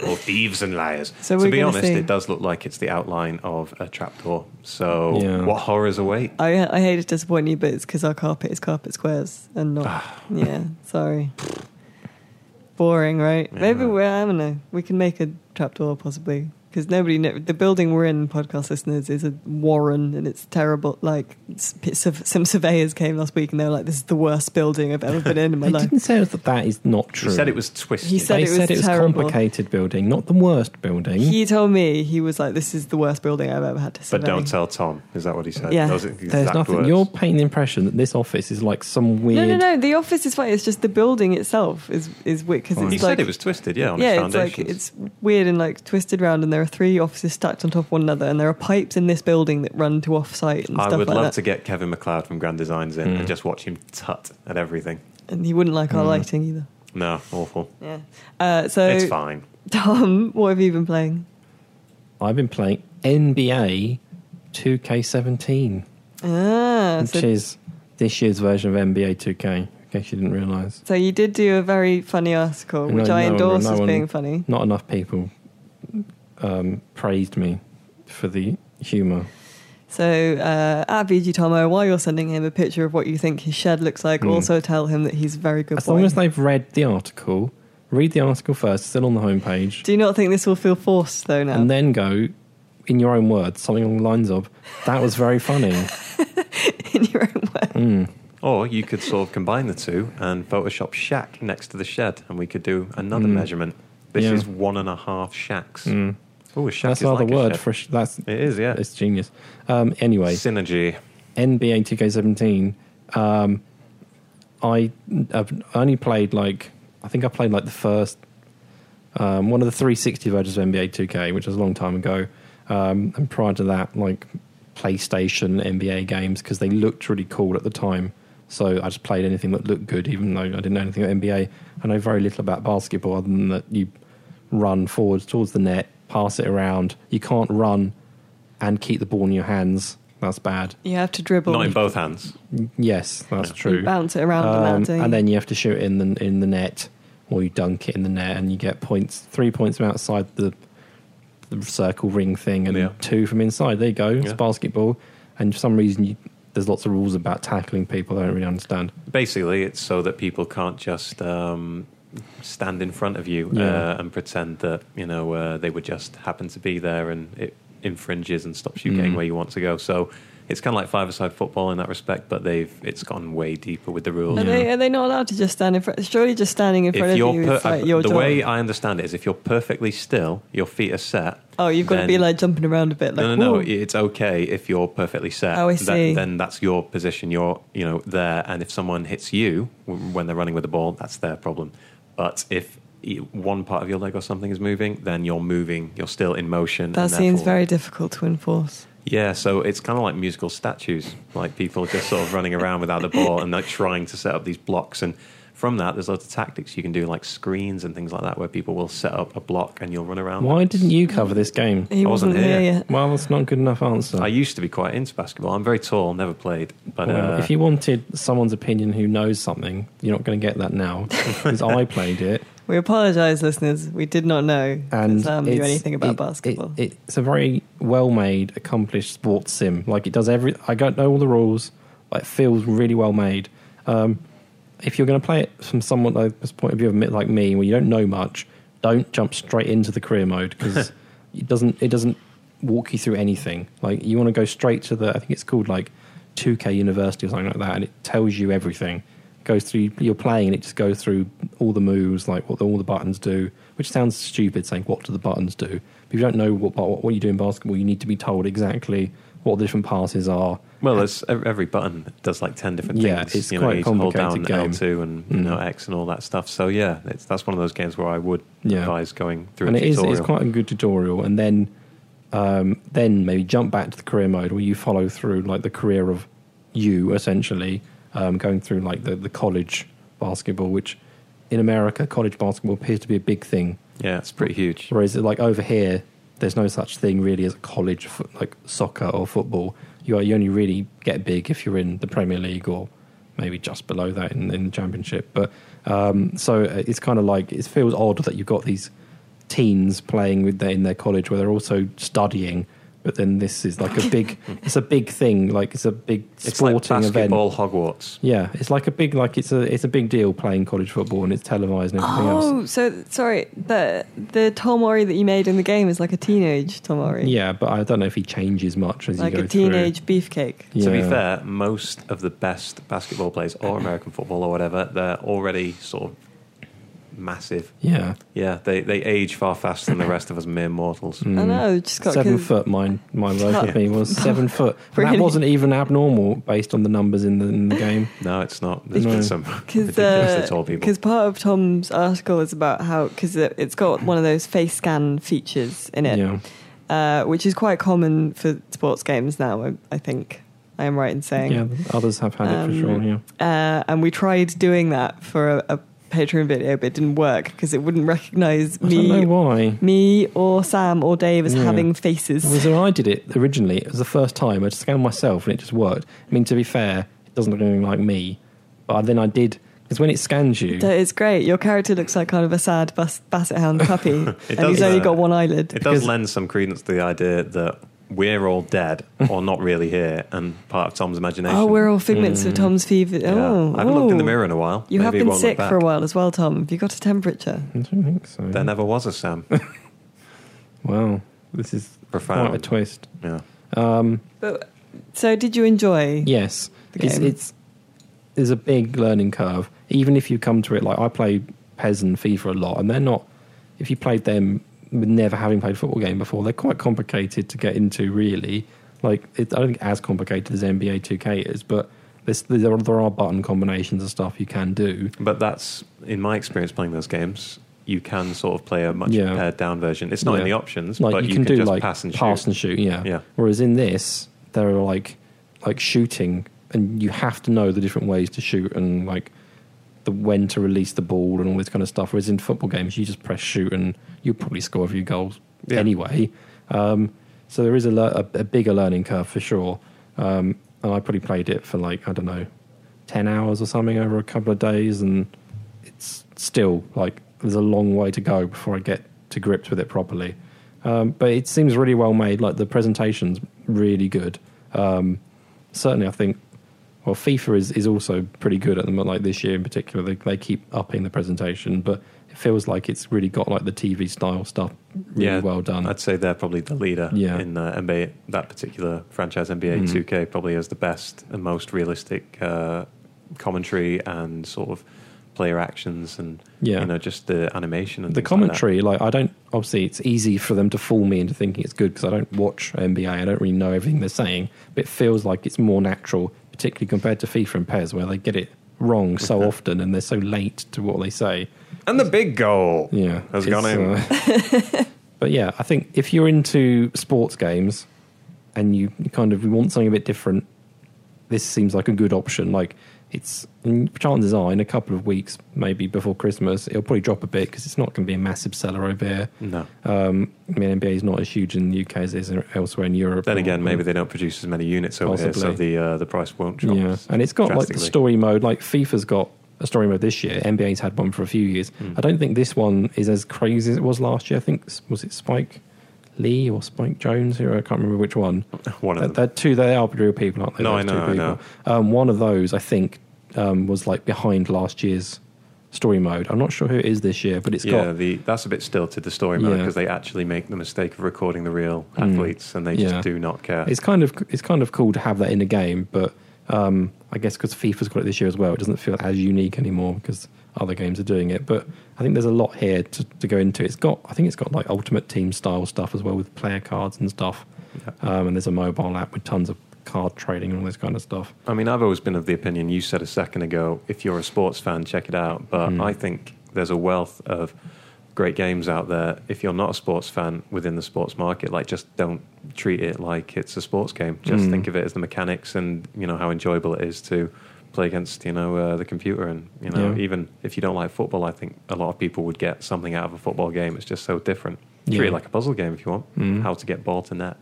Or thieves and liars.
So
to
we're
be
gonna
honest,
see.
it does look like it's the outline of a trapdoor. So
Yeah.
what horrors await?
I, I hate to disappoint you, but it's because our carpet is carpet squares and not.
Ah.
(laughs) yeah, sorry. Boring, right? Maybe
Yeah.
we're, I don't know, we can make a trapdoor possibly. Because nobody, kn- the building we're in, podcast listeners, is a warren and it's terrible. Like, s- p- su- some surveyors came last week and they were like, this is the worst building I've ever been in
(laughs)
in my
They
life.
didn't say that that is not
He
true.
said it was twisted.
He said-
they
it was
said it was
terrible.
complicated building, not the worst building.
He told me, he was like, this is the worst building I've ever had to survey.
but don't tell Tom. Is that what he said?
Yeah.
Those are the exact
There's nothing.
words.
You're painting the impression that this office is like some weird.
No, no, no. The office is fine. It's just the building itself is is weird because
He
it's
said
like
it was twisted. Yeah, on its
yeah, it's like
foundations.
it's weird and like twisted round, and there are three offices stacked on top of one another, and there are pipes in this building that run to off-site and
I
stuff
would
like
love
that. Mm.
to get Kevin McLeod from Grand Designs in and just watch him tut at everything.
And he wouldn't like our lighting either.
No, awful.
Yeah. Uh, so
Hmm. it's fine.
Tom, (laughs) what have you been playing?
I've been playing NBA 2K17,
Ah,
which
so,
is this year's version of NBA 2K. In case you didn't realise,
so you did do a very funny article, which
No,
I
no one-
endorse
no
as
one-
being funny.
not enough people um, praised me for the humour.
So uh, at VG Tomo, while you're sending him a picture of what you think his shed looks like,
Hmm.
also tell him that he's a very good.
As
boy.
long as they've read the article, read the article first. Still on the homepage.
Do you not think this will feel forced though now?
and then go in your own words something along the lines of that was
(laughs)
very funny
in your own way.
Or you could sort of combine the two and Photoshop shack next to the shed, and we could do another
Mm.
measurement. This
Yeah.
is one and a half shacks.
Mm.
Oh, a shack
that's
is
another
like a
word
shed.
for sh- that's
It is, yeah.
it's genius um, anyway
Synergy.
nba 2k17 um, i have only played like i think i played like the first um, one of the 360 versions of nba 2k which was a long time ago um, and prior to that like playstation nba games because they looked really cool at the time so I just played anything that looked good, even though I didn't know anything about NBA. I know very little about basketball other than that you run forwards towards the net, pass it around. You can't run and keep the ball in your hands. That's bad.
You have to dribble.
Not in both hands.
Yes, that's
You
true.
bounce it around
Um,
and that
and then you have to shoot it in the in the net, or you dunk it in the net, and you get points, three points from outside the the circle ring thing and
Yeah.
two from inside. There you go. It's
Yeah.
basketball. And for some reason, you, there's lots of rules about tackling people I don't really understand.
Basically, it's so that people can't just um, stand in front of you
Yeah.
uh, and pretend that you know uh, they would just happen to be there, and it infringes and stops you getting
Mm.
where you want to go. So it's kind of like five-a-side football in that respect, but they've it's gone way deeper with the rules.
Are they are they not allowed to just stand in front? Surely, just standing in front
If
of
you're
you
per-
is like your
the
job.
way I understand it is, if you're perfectly still, your feet are set.
oh, you've got to
then-
be like jumping around a bit. Like
no, no, no.
"Whoa."
It's okay if you're perfectly set.
Oh, I
That-
see.
then that's your position. You're, you know, there. And if someone hits you w- when they're running with the ball, that's their problem. But if e- one part of your leg or something is moving, then you're moving. You're still in motion.
that
and
seems
therefore-
very difficult to enforce.
Yeah, so it's kind of like musical statues, like people just sort of running around without the ball and like trying to set up these blocks. And from that, there's lots of tactics you can do, like screens and things like that, where people will set up a block and you'll run around.
Why didn't you cover this game?
He
I wasn't
wasn't, here,
here.
yet.
Well, that's not a good enough answer.
I used to be quite into basketball. I'm very tall, never played, but
Well,
uh,
if you wanted someone's opinion who knows something, you're not going to get that now because I played it
We apologise, listeners. We did not know
and
Sam knew
it's-
um, anything about
it-
basketball.
it- it's a very well-made, accomplished sports sim. Like it does every. I don't know all the rules, but it feels really well made. Um, if you're going to play it from someone like this point of view, of me- like me, where you don't know much, don't jump straight into the career mode because it doesn't. It doesn't walk you through anything. Like you want to go straight to the. I think it's called like 2K University or something like that, and it tells you everything. It goes through. You're playing, and it just goes through all the moves, like what the, all the buttons do. Which sounds stupid, saying what do the buttons do? But if you don't know what bu- what you do in basketball, you need to be told exactly what the different passes are.
well, there's ev- every button does like ten different
Yeah,
things.
it's
you know,
quite
you can hold down
complicated game. Mm.
L two and you know X and all that stuff. So yeah, it's, that's one of those games where I would
Yeah.
advise going through
and
a
it is
tutorial.
it's quite a good tutorial and then um, then maybe jump back to the career mode where you follow through like the career of you essentially um, going through like the, the college basketball which in america college basketball appears to be a big thing
yeah, it's pretty huge.
whereas like over here there's no such thing really as college fo- like soccer or football you, are, you only really get big if you're in the premier league or maybe just below that in, in the championship but um, so it's kind of like it feels odd that you've got these teens playing with their, in their college where they're also studying but then this is like
(laughs)
a big it's a big thing like it's a big
It's
sporting
like
event
basketball Hogwarts.
yeah it's like a big like it's a it's a big deal playing college football and it's televised and everything else
Oh, so sorry. The the Tomori that you made in the game is like a teenage Tomori.
Yeah, but I don't know if he changes much as
like
you go
a teenage beefcake.
through.
To be
Yeah.
fair, most of the best basketball players or American football or whatever, they're already sort of massive.
yeah,
Yeah, they, they age far faster than the rest of us mere mortals.
Mm.
I know. Just got
seven
'cause-
foot. Mine,
(laughs)
my
Yeah.
road with me was seven foot. And
Really?
That wasn't even abnormal based on the numbers in the, in
(laughs)
the game.
No, it's not. There's
No.
been some
Because
ridiculously tall people.
because uh, part of Tom's article is about how because it, it's got one of those face scan features in it,
Yeah,
uh, which is quite common for sports games now. I, I think I am right in saying.
yeah. Others have had it for
Um,
sure. Yeah,
uh, and we tried doing that for a, a Patreon video, but it didn't work because it wouldn't recognise
I don't know
me,
why.
me or Sam or Dave as
Yeah.
having
It
faces.
was when I did it originally. It was the first time I scanned myself and it just worked. I mean, to be fair, it doesn't look anything like me. But then I did because when it scans you,
So it's great. Your character looks like kind of a sad bas- basset
(laughs)
hound puppy, and
does,
he's only
uh,
got one eyelid.
It does
Because-
lend some credence to the idea that we're all dead or not really here and part of Tom's imagination.
Oh, we're all figments of Tom's fever.
Mm. Yeah.
Oh,
I haven't looked in the
oh.
mirror in a while.
You have
Maybe it
been
won't look
sick
back.
for a while as well, Tom. Have you got a temperature?
I don't think so.
There never was a Sam.
wow, this is
Profound.
quite a twist.
yeah.
But so, did you enjoy?
Yes,
the
it's,
game.
it's there's a big learning curve. Even if you come to it, like I play Pez and FIFA a lot, and they're not. If you played them with never having played a football game before, they're quite complicated to get into. Really, like it, I don't think as complicated as NBA 2K is, but there's, there are, there are button combinations and stuff you can do.
But that's, in my experience playing those games, you can sort of play a much
Yeah.
pared down version. It's not in
Yeah.
the options,
Like
but
you,
you
can, do
just
like
pass and shoot.
yeah.
Yeah.
Whereas in this, there are like like shooting, and you have to know the different ways to shoot and like the when to release the ball and all this kind of stuff. Whereas in football games, you just press shoot and you probably score a few goals
Yeah.
anyway. Um, so there is a, lear- a, a bigger learning curve for sure. Um, and I probably played it for like I don't know, ten hours or something over a couple of days, and it's still like there's a long way to go before I get to grips with it properly. Um, but it seems really well made. Like the presentation's really good. Um, certainly, I think. Well, FIFA is, is also pretty good at them. Like this year in particular, they, they keep upping the presentation, but it feels like it's really got like the TV style stuff really well done.
I'd say they're probably the leader
Yeah.
in uh, the NBA. That particular franchise, NBA
Mm.
2K, probably has the best and most realistic uh, commentary and sort of player actions and
Yeah.
you know just the animation and
the
things like that.
commentary, like, I don't obviously it's easy for them to fool me into thinking it's good because I don't watch NBA. I don't really know everything they're saying, but it feels like it's more natural, particularly compared to FIFA and PES, where they get it wrong
(laughs)
so often and they're so late to what they say.
and the big goal.
Yeah,
has
it's,
gone in.
uh, (laughs) but yeah, I think if you're into sports games and you kind of want something a bit different, this seems like a good option. Like it's and chances are in a couple of weeks, maybe before Christmas, it'll probably drop a bit because it's not going to be a massive seller over here.
no.
Um, I mean, NBA is not as huge in the UK as it is elsewhere in Europe.
Then
Or-
again, maybe they don't produce as many units over here, so
mm-hmm. Possibly.
the uh, the price won't drop.
yeah, and it's got like the
drastically.
story mode. Like FIFA's got a story mode this year. NBA's had one for a few years.
Hmm.
I don't think this one is as crazy as it was last year. I think was it Spike Lee or Spike Jones? Here, I can't remember which one.
(laughs) One of
They're,
them.
they're two. They are real people, aren't they?
No,
Those
I
two
know, I know.
people. Um, one of those, I think, um, was like behind last year's story mode. I'm not sure who it is this year, but it's
yeah,
got
the that's a bit stilted the story mode
Yeah.
because they actually make the mistake of recording the real
Mm.
athletes and they
Yeah.
just do not care.
It's kind of it's kind of cool to have that in a game, but um, I guess because FIFA's got it this year as well, it doesn't feel as unique anymore because other games are doing it. But I think there's a lot here to, to go into. It's got I think it's got like Ultimate Team style stuff as well with player cards and stuff, um, and there's a mobile app with tons of card trading and all this kind of stuff.
I mean, I've always been of the opinion you said a second ago if you're a sports fan, check it out. But
Mm.
I think there's a wealth of great games out there. If you're not a sports fan within the sports market, like just don't treat it like it's a sports game. Just
Mm.
think of it as the mechanics and you know how enjoyable it is to play against you know uh, the computer and you know
Yeah.
even if you don't like football, I think a lot of people would get something out of a football game. It's just so different.
Yeah.
Treat it like a puzzle game if you want.
Mm.
How to get ball to net.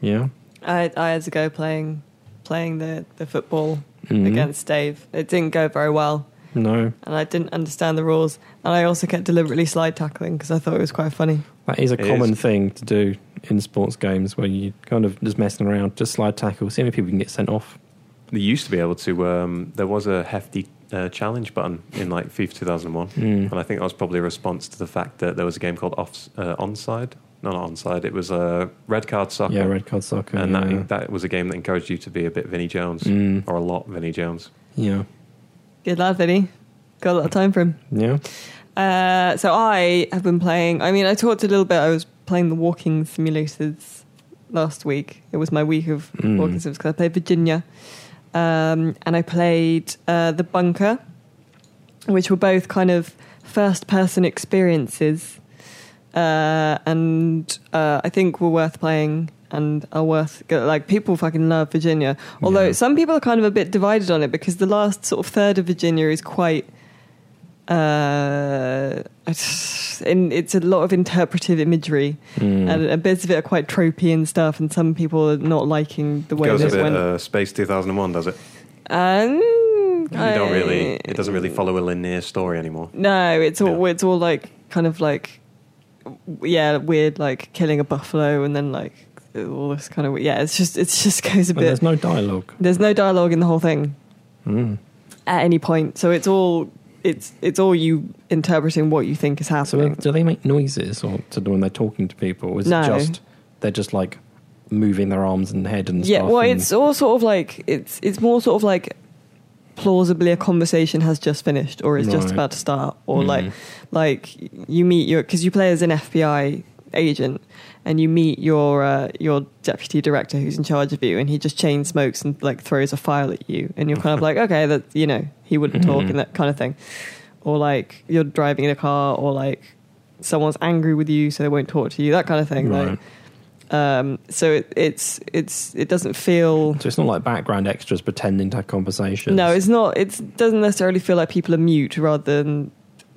Yeah,
I, I had to go playing playing the, the football
Mhm.
against Dave. It didn't go very well,
no,
and I didn't understand the rules. And I also kept deliberately slide tackling because I thought it was quite funny.
that is a
It
common
is.
thing to do in sports games where you kind of just messing around, just slide tackle, see how many people you can get sent off.
They used to be able to. Um, there was a hefty uh, challenge button in like FIFA 2001,
Mm.
and I think that was probably a response to the fact that there was a game called off, uh, Onside. No, not Onside. It was uh, red card soccer.
Yeah, red card soccer.
And
yeah.
that that was a game that encouraged you to be a bit Vinnie Jones
Mm.
or a lot Vinnie Jones.
yeah,
Good lad, Vinny. Got a lot of time for him.
yeah.
Uh, so I have been playing. I mean, I talked a little bit. I was playing the walking simulators last week. It was my week of
Mm.
walking simulators because I played Virginia, um, and I played uh, the Bunker, which were both kind of first-person experiences, uh, and uh, I think were worth playing and are worth like people fucking love Virginia. Although
Yeah.
some people are kind of a bit divided on it because the last sort of third of Virginia is quite uh, (laughs) it's, and it's a lot of interpretive imagery,
Mm.
and a bits of it are quite tropey and stuff. And some people are not liking the way
Goes a
this
bit
went.
uh, Space 2001, does it?
and
You don't really. It doesn't really follow a linear story anymore.
No, it's all
Yeah.
it's all like kind of like w- yeah, weird like killing a buffalo and then like all this kind of yeah. It's just it just (laughs) goes a
And
bit.
there's no dialogue.
there's no dialogue in the whole thing.
Mm.
at any point. So it's all it's it's all you interpreting what you think is
So they-
happening.
do they make noises or to, when they're talking to people? Or is
No.
it just they're just like moving their arms and head and
yeah,
stuff?
well,
and-
it's all sort of like it's it's more sort of like plausibly a conversation has just finished or is just
Right.
about to start or
Mhm.
like like you meet your because you play as an FBI agent and you meet your uh, your deputy director who's in charge of you and he just chain smokes and like throws a file at you and you're kind
(laughs)
of like okay that you know he wouldn't talk
Mhm.
and that kind of thing or like you're driving in a car or like someone's angry with you so they won't talk to you that kind of thing
Right.
like um, so it, it's it's it doesn't feel
so it's not like background extras pretending to have conversations.
no it's not it doesn't necessarily feel like people are mute rather than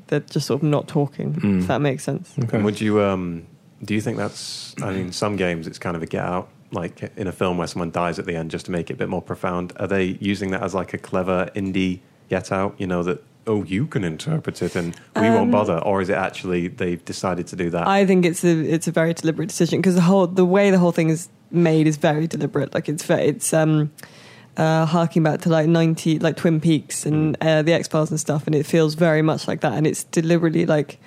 they're just sort of not talking
Mm.
if that makes sense
Okay.
And Would you? Um, do you think that's? I mean, some games it's kind of a get out, like in a film where someone dies at the end, just to make it a bit more profound. Are they using that as like a clever indie get out? You know that oh, you can interpret it and we won't bother? Or is it actually they've decided to do that?
I think it's a it's a very deliberate decision because the whole the way the whole thing is made is very deliberate. Like it's ve- it's um uh harking back to like ninety like Twin Peaks and
Mm.
uh, the X Files and stuff, and it feels very much like that. And it's deliberately like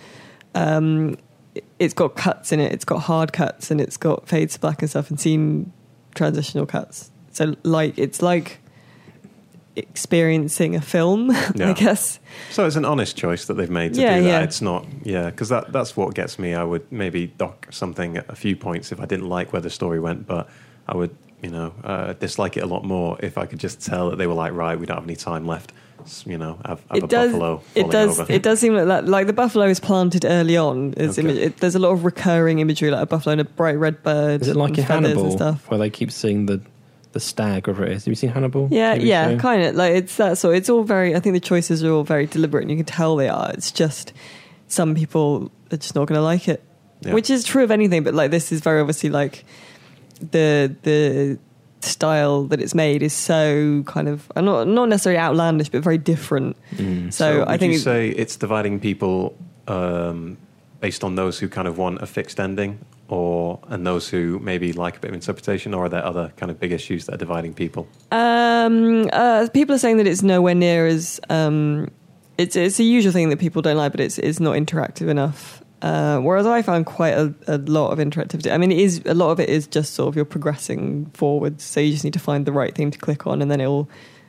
um it- it's got cuts in it. It's got hard cuts and it's got fades to black and stuff and scene transitional cuts. So like it's like experiencing a film, (laughs)
Yeah.
I guess.
so it's an honest choice that they've made to
Yeah,
do that.
yeah.
It's not, yeah, because that, that's what gets me. I would maybe dock something at a few points if I didn't like where the story went, but I would, you know, uh, dislike it a lot more if I could just tell that they were like, right, we don't have any time left. S- you know, have, have a buffalo falling
it does.
over.
It does seem like that. Like the buffalo is planted early on. It's
Okay.
image, it, there's a lot of recurring imagery, like a buffalo and a bright red bird.
Is it like
and
in
feathers
Hannibal
and stuff?
where they keep seeing the the stag, whatever it is? Have you seen Hannibal?
Yeah,
TV
yeah,
show?
kind of. Like it's that. So it's all very. I think the choices are all very deliberate, and you can tell they are. It's just some people are just not going to like it,
Yeah.
which is true of anything. But like this is very obviously like the the style that it's made is so kind of uh, not not necessarily outlandish, but very different. So,
Mm. would
I think
you
it's-
say it's dividing people um, based on those who kind of want a fixed ending, or and those who maybe like a bit of interpretation, or are there other kind of big issues that are dividing people?
Um, uh, people are saying that it's nowhere near as um, it's it's a usual thing that people don't like, but it's it's not interactive enough. Uh, whereas I found quite a, a lot of interactivity. I mean, it is a lot of it is just sort of you're progressing forwards, so you just need to find the right thing to click on, and then it'll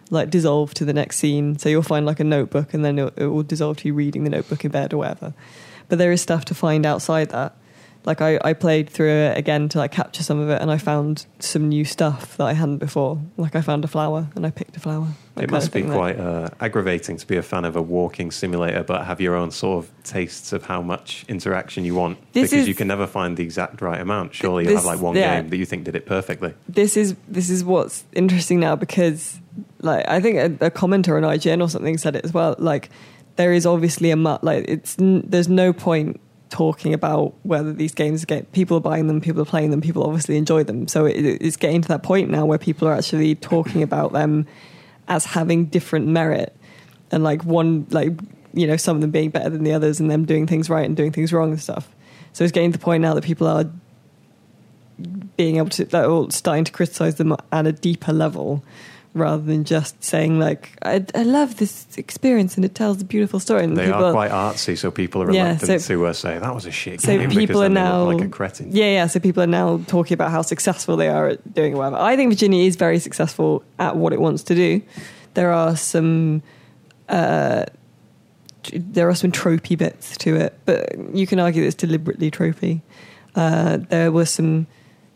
like dissolve to the next scene. So you'll find like a notebook, and then it'll, it will dissolve to you reading the notebook in bed or whatever. But there is stuff to find outside that. Like I, I played through it again to like capture some of it, and I found some new stuff that I hadn't before. Like I found a flower, and I picked a flower. that
It
kind
must
of
be
thing, like-
quite uh, aggravating to be a fan of a walking simulator, but have your own sort of tastes of how much interaction you want
This
because
is-
you can never find the exact right amount. Surely you'll
This-
have like one
yeah.
game that you think did it perfectly.
this is this is what's interesting now because like I think a, a commenter on IGN or something said it as well. Like there is obviously a mu- like it's n- there's no point talking about whether these games get people are buying them, people are playing them, people obviously enjoy them. So it, it's getting to that point now where people are actually talking about them as having different merit and like one like you know some of them being better than the others and them doing things right and doing things wrong and stuff. So it's getting to the point now that people are being able to like, or starting to criticize them at a deeper level rather than just saying like I, I love this experience and it tells a beautiful story and
They
people
are quite artsy, so people are
Yeah,
reluctant
so-
to uh, say that was a shit
so
game because
people are
then they
now
look like a cretin.
yeah yeah so people are now talking about how successful they are at doing whatever I think Virginia is very successful at what it wants to do there are some uh, t- there are some tropey bits to it but you can argue that it's deliberately tropey uh, there were some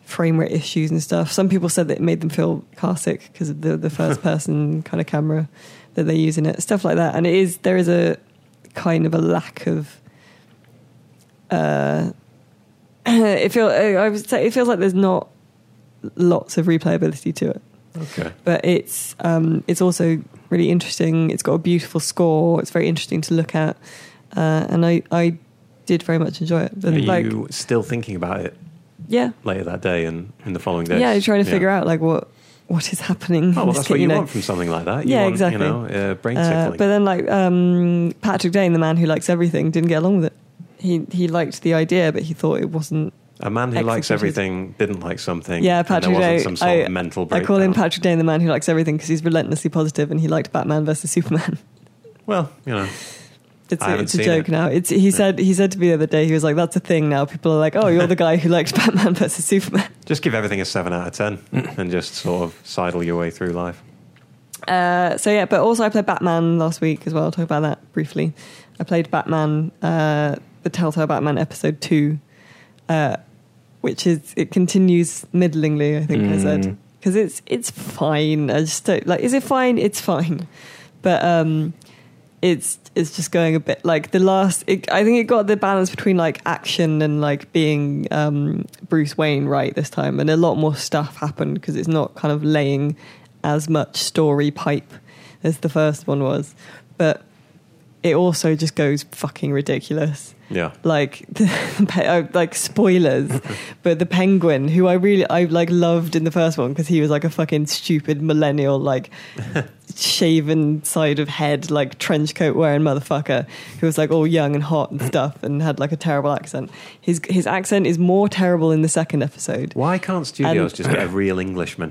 frame rate issues and stuff. Some people said that it made them feel car sick because of the, the
(laughs)
first person kind of camera that they use in it, stuff like that. And it is there is a kind of a lack of. Uh, (clears throat) it feel uh, I would say it feels like there's not lots of replayability to it
Okay.
but it's um, it's also really interesting. It's got a beautiful score. It's very interesting to look at, uh, and I I did very much enjoy it. But
Are
like,
you still thinking about it
yeah,
later that day and in the following days?
yeah, you're trying to figure out like what what is happening.
Oh,
in (laughs)
well,
this
that's
kid,
what you,
know.
want from something like that. You
Yeah,
want,
exactly.
You know, uh, brain
Uh,
tickling.
but then like um, Patrick Dane, the man who likes everything, didn't get along with it. He he liked the idea, but he thought it wasn't.
a man who likes
executed.
everything didn't like something.
Yeah,
and
Patrick
there wasn't
Dane.
some sort
I,
of mental
I
breakdown.
call him Patrick Dane, the man who likes everything, because he's relentlessly positive, and he liked Batman versus Superman. (laughs)
Well, you know,
It's
I
a,
haven't
it's a
seen
joke
it.
now. It's he said he said to me the other day. He was like, "That's a thing now." People are like, "Oh, you're the guy who likes (laughs) Batman versus
(laughs)
Superman."
just give everything a seven out of ten and just sort of sidle your way through life.
Uh, so yeah, but also I played Batman last week as well. I'll talk about that briefly. I played Batman, uh, the Telltale Batman episode two, uh, which is it continues middlingly. I think I
Mm.
said because it's it's fine. I just don't like. Is it fine? It's fine, (laughs) but um, it's it's just going a bit like the last. It, I think it got the balance between like action and like being um, Bruce Wayne right this time, and a lot more stuff happened because it's not kind of laying as much story pipe as the first one was, but it also just goes fucking ridiculous.
Yeah.
like (laughs) the, pe- oh, like
(laughs)
spoilers but the penguin who i really i like loved in the first one because he was like a fucking stupid millennial
(laughs)
like shaven side of head like trench coat wearing motherfucker who was like all young and hot and stuff and had like a terrible accent his his accent is more terrible in the second episode
Why can't studios just get a
(laughs)
real Englishman?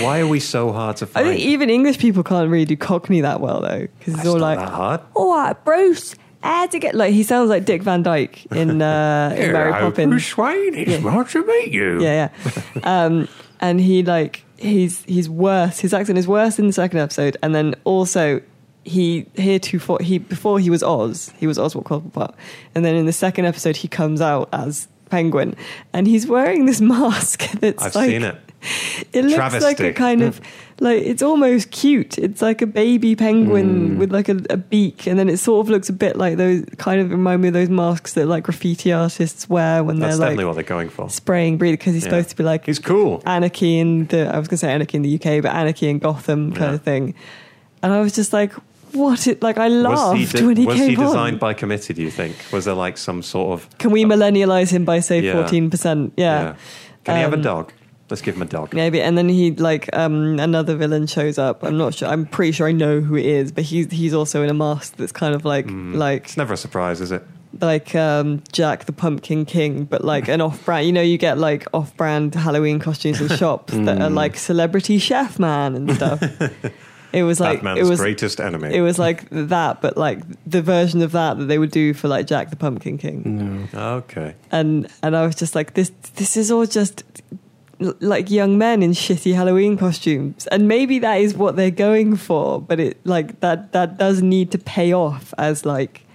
Why are we so hard to
i
find?
think even english people can't really do cockney that well though because it's
That's
all
not
like
that hard.
all right bruce air to get like he sounds like dick van dyke in
(laughs)
uh in mary poppins
Wayne, it's
Yeah.
nice to meet you.
yeah,
(laughs)
yeah. Um, and he like he's he's worse. His accent is worse in the second episode, and then also he heretofore he before he was Oz, he was Oswald Cobblepot, and then in the second episode he comes out as Penguin, and he's wearing this (laughs) mask that's
I've
like
seen it.
it looks like
Travesty.
a kind of like it's almost cute. It's like a baby
Hmm.
penguin with like a, a beak, and then it sort of looks a bit like those kind of remind me of those masks that like graffiti artists wear when
That's
they're like
definitely what they're going for.
spraying breathe because he's
Yeah.
supposed to be like
He's cool.
anarchy in the I was gonna say anarchy in the UK, but anarchy in Gotham kind
Yeah.
of thing. And I was just like, what it like I
Was
laughed
he, de-
when he
was
came
he designed
on.
by committee, do you think? Was there like some sort of.
Can we millennialize him by say
Yeah.
fourteen percent? Yeah.
Can he have
Um,
a dog? Let's give him a dog.
Maybe and then he like um, another villain shows up. I'm not sure. I'm pretty sure I know who it is, but he's he's also in a mask that's kind of like
Mm.
like
It's never a surprise, is it?
like um, Jack the Pumpkin King, but like an off-brand. You know, you get like off-brand Halloween costumes in shops that are like celebrity chef man and stuff. it was like
Batman's
it was
greatest enemy.
it was like that, but like the version of that that they would do for like Jack the Pumpkin King,
No.
okay.
and and I was just like, this this is all just l- like young men in shitty Halloween costumes, and maybe that is what they're going for, but it like that that does need to pay off as like.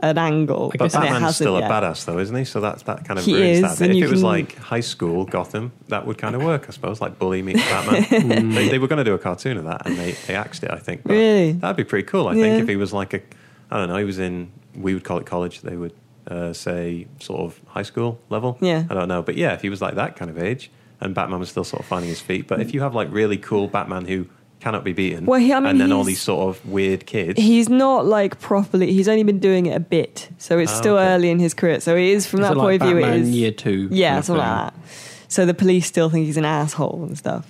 An angle,
But
and
But
it
Batman's
hasn't
still a
yet.
badass, though, isn't he? So that's that kind of
He
ruins
is,
that. bit.
and
If
you
it was
can-
like high school Gotham, that would kind of work, I suppose. Like bully meets
(laughs)
Batman. they, they were going to do a cartoon of that, and they, they axed it. I think. But
Really?
That'd be pretty cool. I
Yeah.
think if he was like a, I don't know, he was in. We would call it college. They would uh, say sort of high school level.
Yeah.
I don't know, but yeah, if he was like that kind of age, and Batman was still sort of finding his feet. But if you have like really cool Batman who cannot be beaten,
Well, he- I mean,
and then all
he's-
these sort of weird kids.
He's not like properly. He's only been doing it a bit, so it's
Ah,
Oh,
still
okay.
early in his career. So it is from
Is
that
it
point
like
of view. It
Batman
is
year two.
yeah,
kind of
something
thing?
like that. So the police still think he's an asshole and stuff.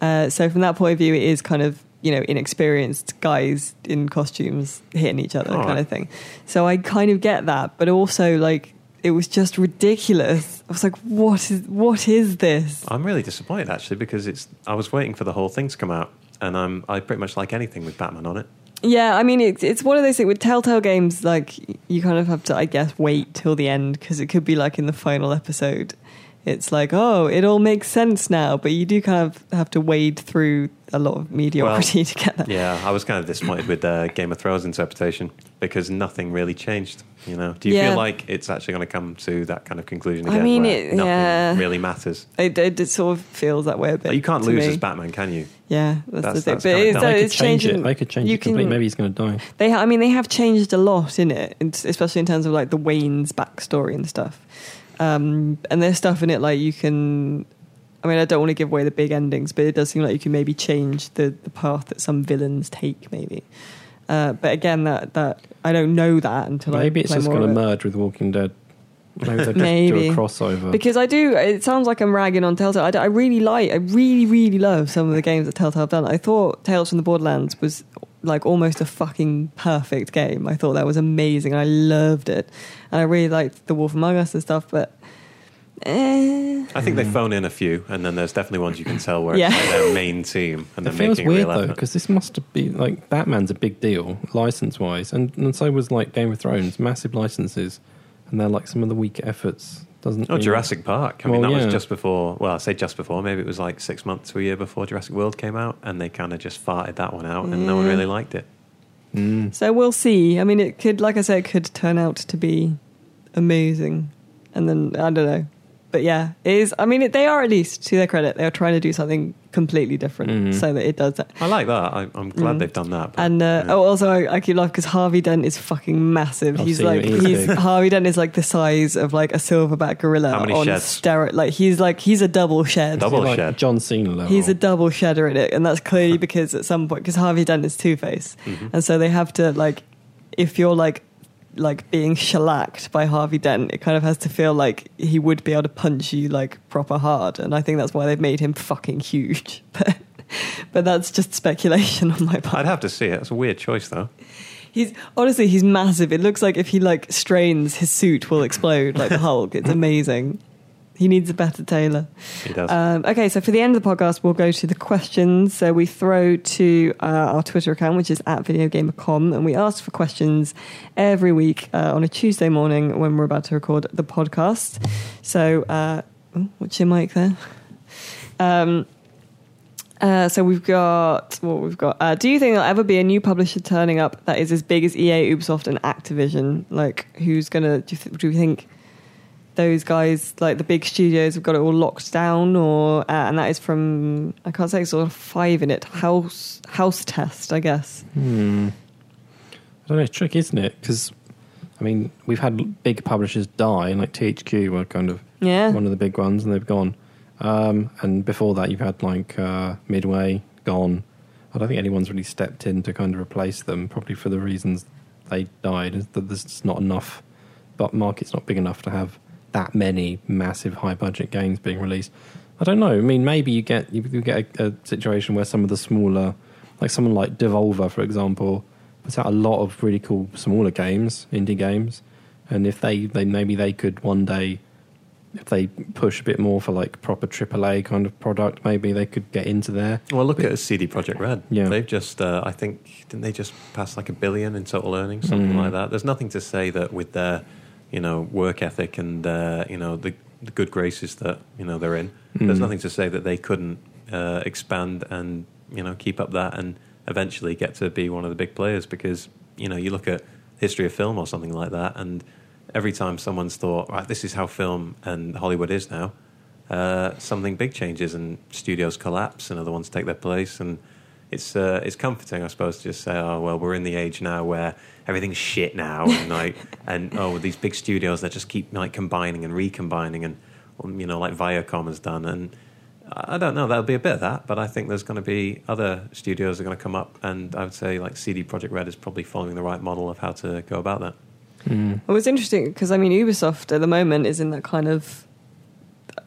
Uh, so from that point of view, it is kind of you know inexperienced guys in costumes hitting each other
All
kind
right.
of thing. So I kind of get that, but also like it was just ridiculous. I was like, what is what is this?
I'm really disappointed actually because it's. I was waiting for the whole thing to come out, and I'm. I pretty much like anything with
(laughs)
Batman on it.
Yeah, I mean, it's it's one of those things with Telltale games. Like, you kind of have to, I guess, wait till the end because it could be like in the final episode. It's like, oh, it all makes sense now, but you do kind of have to wade through a lot of mediocrity (laughs) to get that.
Yeah, I was kind of disappointed with uh, Game of Thrones interpretation because nothing really changed. You know, do you
Yeah.
feel like it's actually going to come to that kind of conclusion
I
again?
mean,
where
it-
nothing
yeah.
really matters.
It, it, it sort of feels that way a bit.
Like, you can't
to
lose
me.
as Batman, can you?
Yeah, that's, the
That's-
thing.
that's
but
kinda
it's,
dumb.
uh,
They could
it's
change
changing.
it. They could change
you
it completely.
can-
Maybe he's going to die.
They, ha- I mean, they have changed a lot in it, and s- especially in terms of like the Wayne's backstory and stuff. Um, and there's stuff in it like you can. I mean, I don't want to give away the big endings, but it does seem like you can maybe change the, the path that some villains take, maybe. Uh, but again, that that I don't know that until
Maybe
I
it's
play
just
more
going to
of it.
merge with Walking Dead. Maybe they just do
Maybe.
a crossover.
Because I do, it sounds like I'm ragging on Telltale. I, d- I really like, I really, really love some of the games that Telltale have done. I thought Tales from the Borderlands was like almost a fucking perfect game. I thought that was amazing. I loved it. And I really liked The Wolf Among Us and stuff, but. Eh.
I think they phone in a few, and then there's definitely ones you can tell
(laughs)
where
Yeah.
it's like their main team, and
it
they're
feels
making a
weird
real
though,
effort.
because this must be like Batman's a big deal license wise, and, and so was like Game of Thrones, massive licenses, and they're like some of the weak efforts. Doesn't
Oh,
really-
Jurassic Park. I mean,
Well,
that
yeah.
was just before. Well, I say just before. Maybe it was like six months to a year before Jurassic World came out, and they kind of just farted that one out, and no one
Yeah.
really liked it.
Mm.
So we'll see. I mean, it could, like I said, it could turn out to be amazing. And then, I don't know. But yeah, it is. I mean, it, they are at least, to their credit, they are trying to do something completely different
Mhm.
so that it does that.
I like that. I, I'm glad
Mm.
they've done that. but,
And uh,
yeah.
oh, also I, I keep laughing because Harvey Dent is fucking massive.
I've
he's
seen
like
him, he's
he's
big.
Harvey Dent is like the size of like a silverback gorilla
How many
on
sheds?
steroid. Like he's like he's a double shed.
Double
like
shed.
John Cena level.
He's a double shedder in it, and that's clearly because at some point because Harvey Dent is Two Face, and so they have to like if you're like like being shellacked by Harvey Dent. It kind of has to feel like he would be able to punch you like proper hard, and I think that's why they've made him fucking huge. (laughs) But but that's just speculation on my part.
I'd have to see it. It's a weird choice, though.
He's honestly he's massive. It looks like if he like strains his suit will explode like the Hulk. It's amazing. He needs a better tailor.
He does.
Um, okay, so for the end of the podcast, we'll go to the questions. So we throw to uh, our Twitter account, which is at VideoGamerCom, and we ask for questions every week uh, on a Tuesday morning when we're about to record the podcast. So, uh, oh, what's your mic there? Um, uh, so we've got what we've got. Uh, do you think there'll ever be a new publisher turning up that is as big as EA, Ubisoft, and Activision? Like, who's gonna? Do you, th- do you think those guys, like the big studios, have got it all locked down? Or uh, and that is from I can't say it's all five in it. House House Test, I guess.
Hmm. I don't know. It's tricky, isn't it? Because I mean, we've had big publishers die, and like THQ were kind of
Yeah.
one of the big ones, and they've gone. Um, and before that, you've had like uh, Midway gone. I don't think anyone's really stepped in to kind of replace them, probably for the reasons they died. Is that there's just not enough, but market's not big enough to have that many massive high budget games being released. I don't know. I mean, maybe you get you, you get a, a situation where some of the smaller, like someone like Devolver, for example, puts out a lot of really cool smaller games, indie games, and if they, they maybe they could one day if they push a bit more for like proper AAA kind of product, maybe they could get into there.
Well, look at CD Projekt Red.
Yeah.
They've just, uh, I think, didn't they just pass like a billion in total earnings, something
Mm.
like that? There's nothing to say that with their, you know, work ethic and, uh, you know, the, the good graces that, you know, they're in, there's
Mm.
nothing to say that they couldn't uh, expand and, you know, keep up that and eventually get to be one of the big players because, you know, you look at history of film or something like that and every time someone's thought, right, this is how film and Hollywood is now, uh, something big changes and studios collapse and other ones take their place. And it's uh, it's comforting, I suppose, to just say, oh well, we're in the age now where everything's shit now, and like, and oh, these big studios that just keep like combining and recombining, and um, you know, like Viacom has done, and. I I don't know. There'll be a bit of that, but I think there's going to be other studios that are going to come up, and I would say like CD Projekt Red is probably following the right model of how to go about that.
Well, it's interesting because I mean, Ubisoft at the moment is in that kind of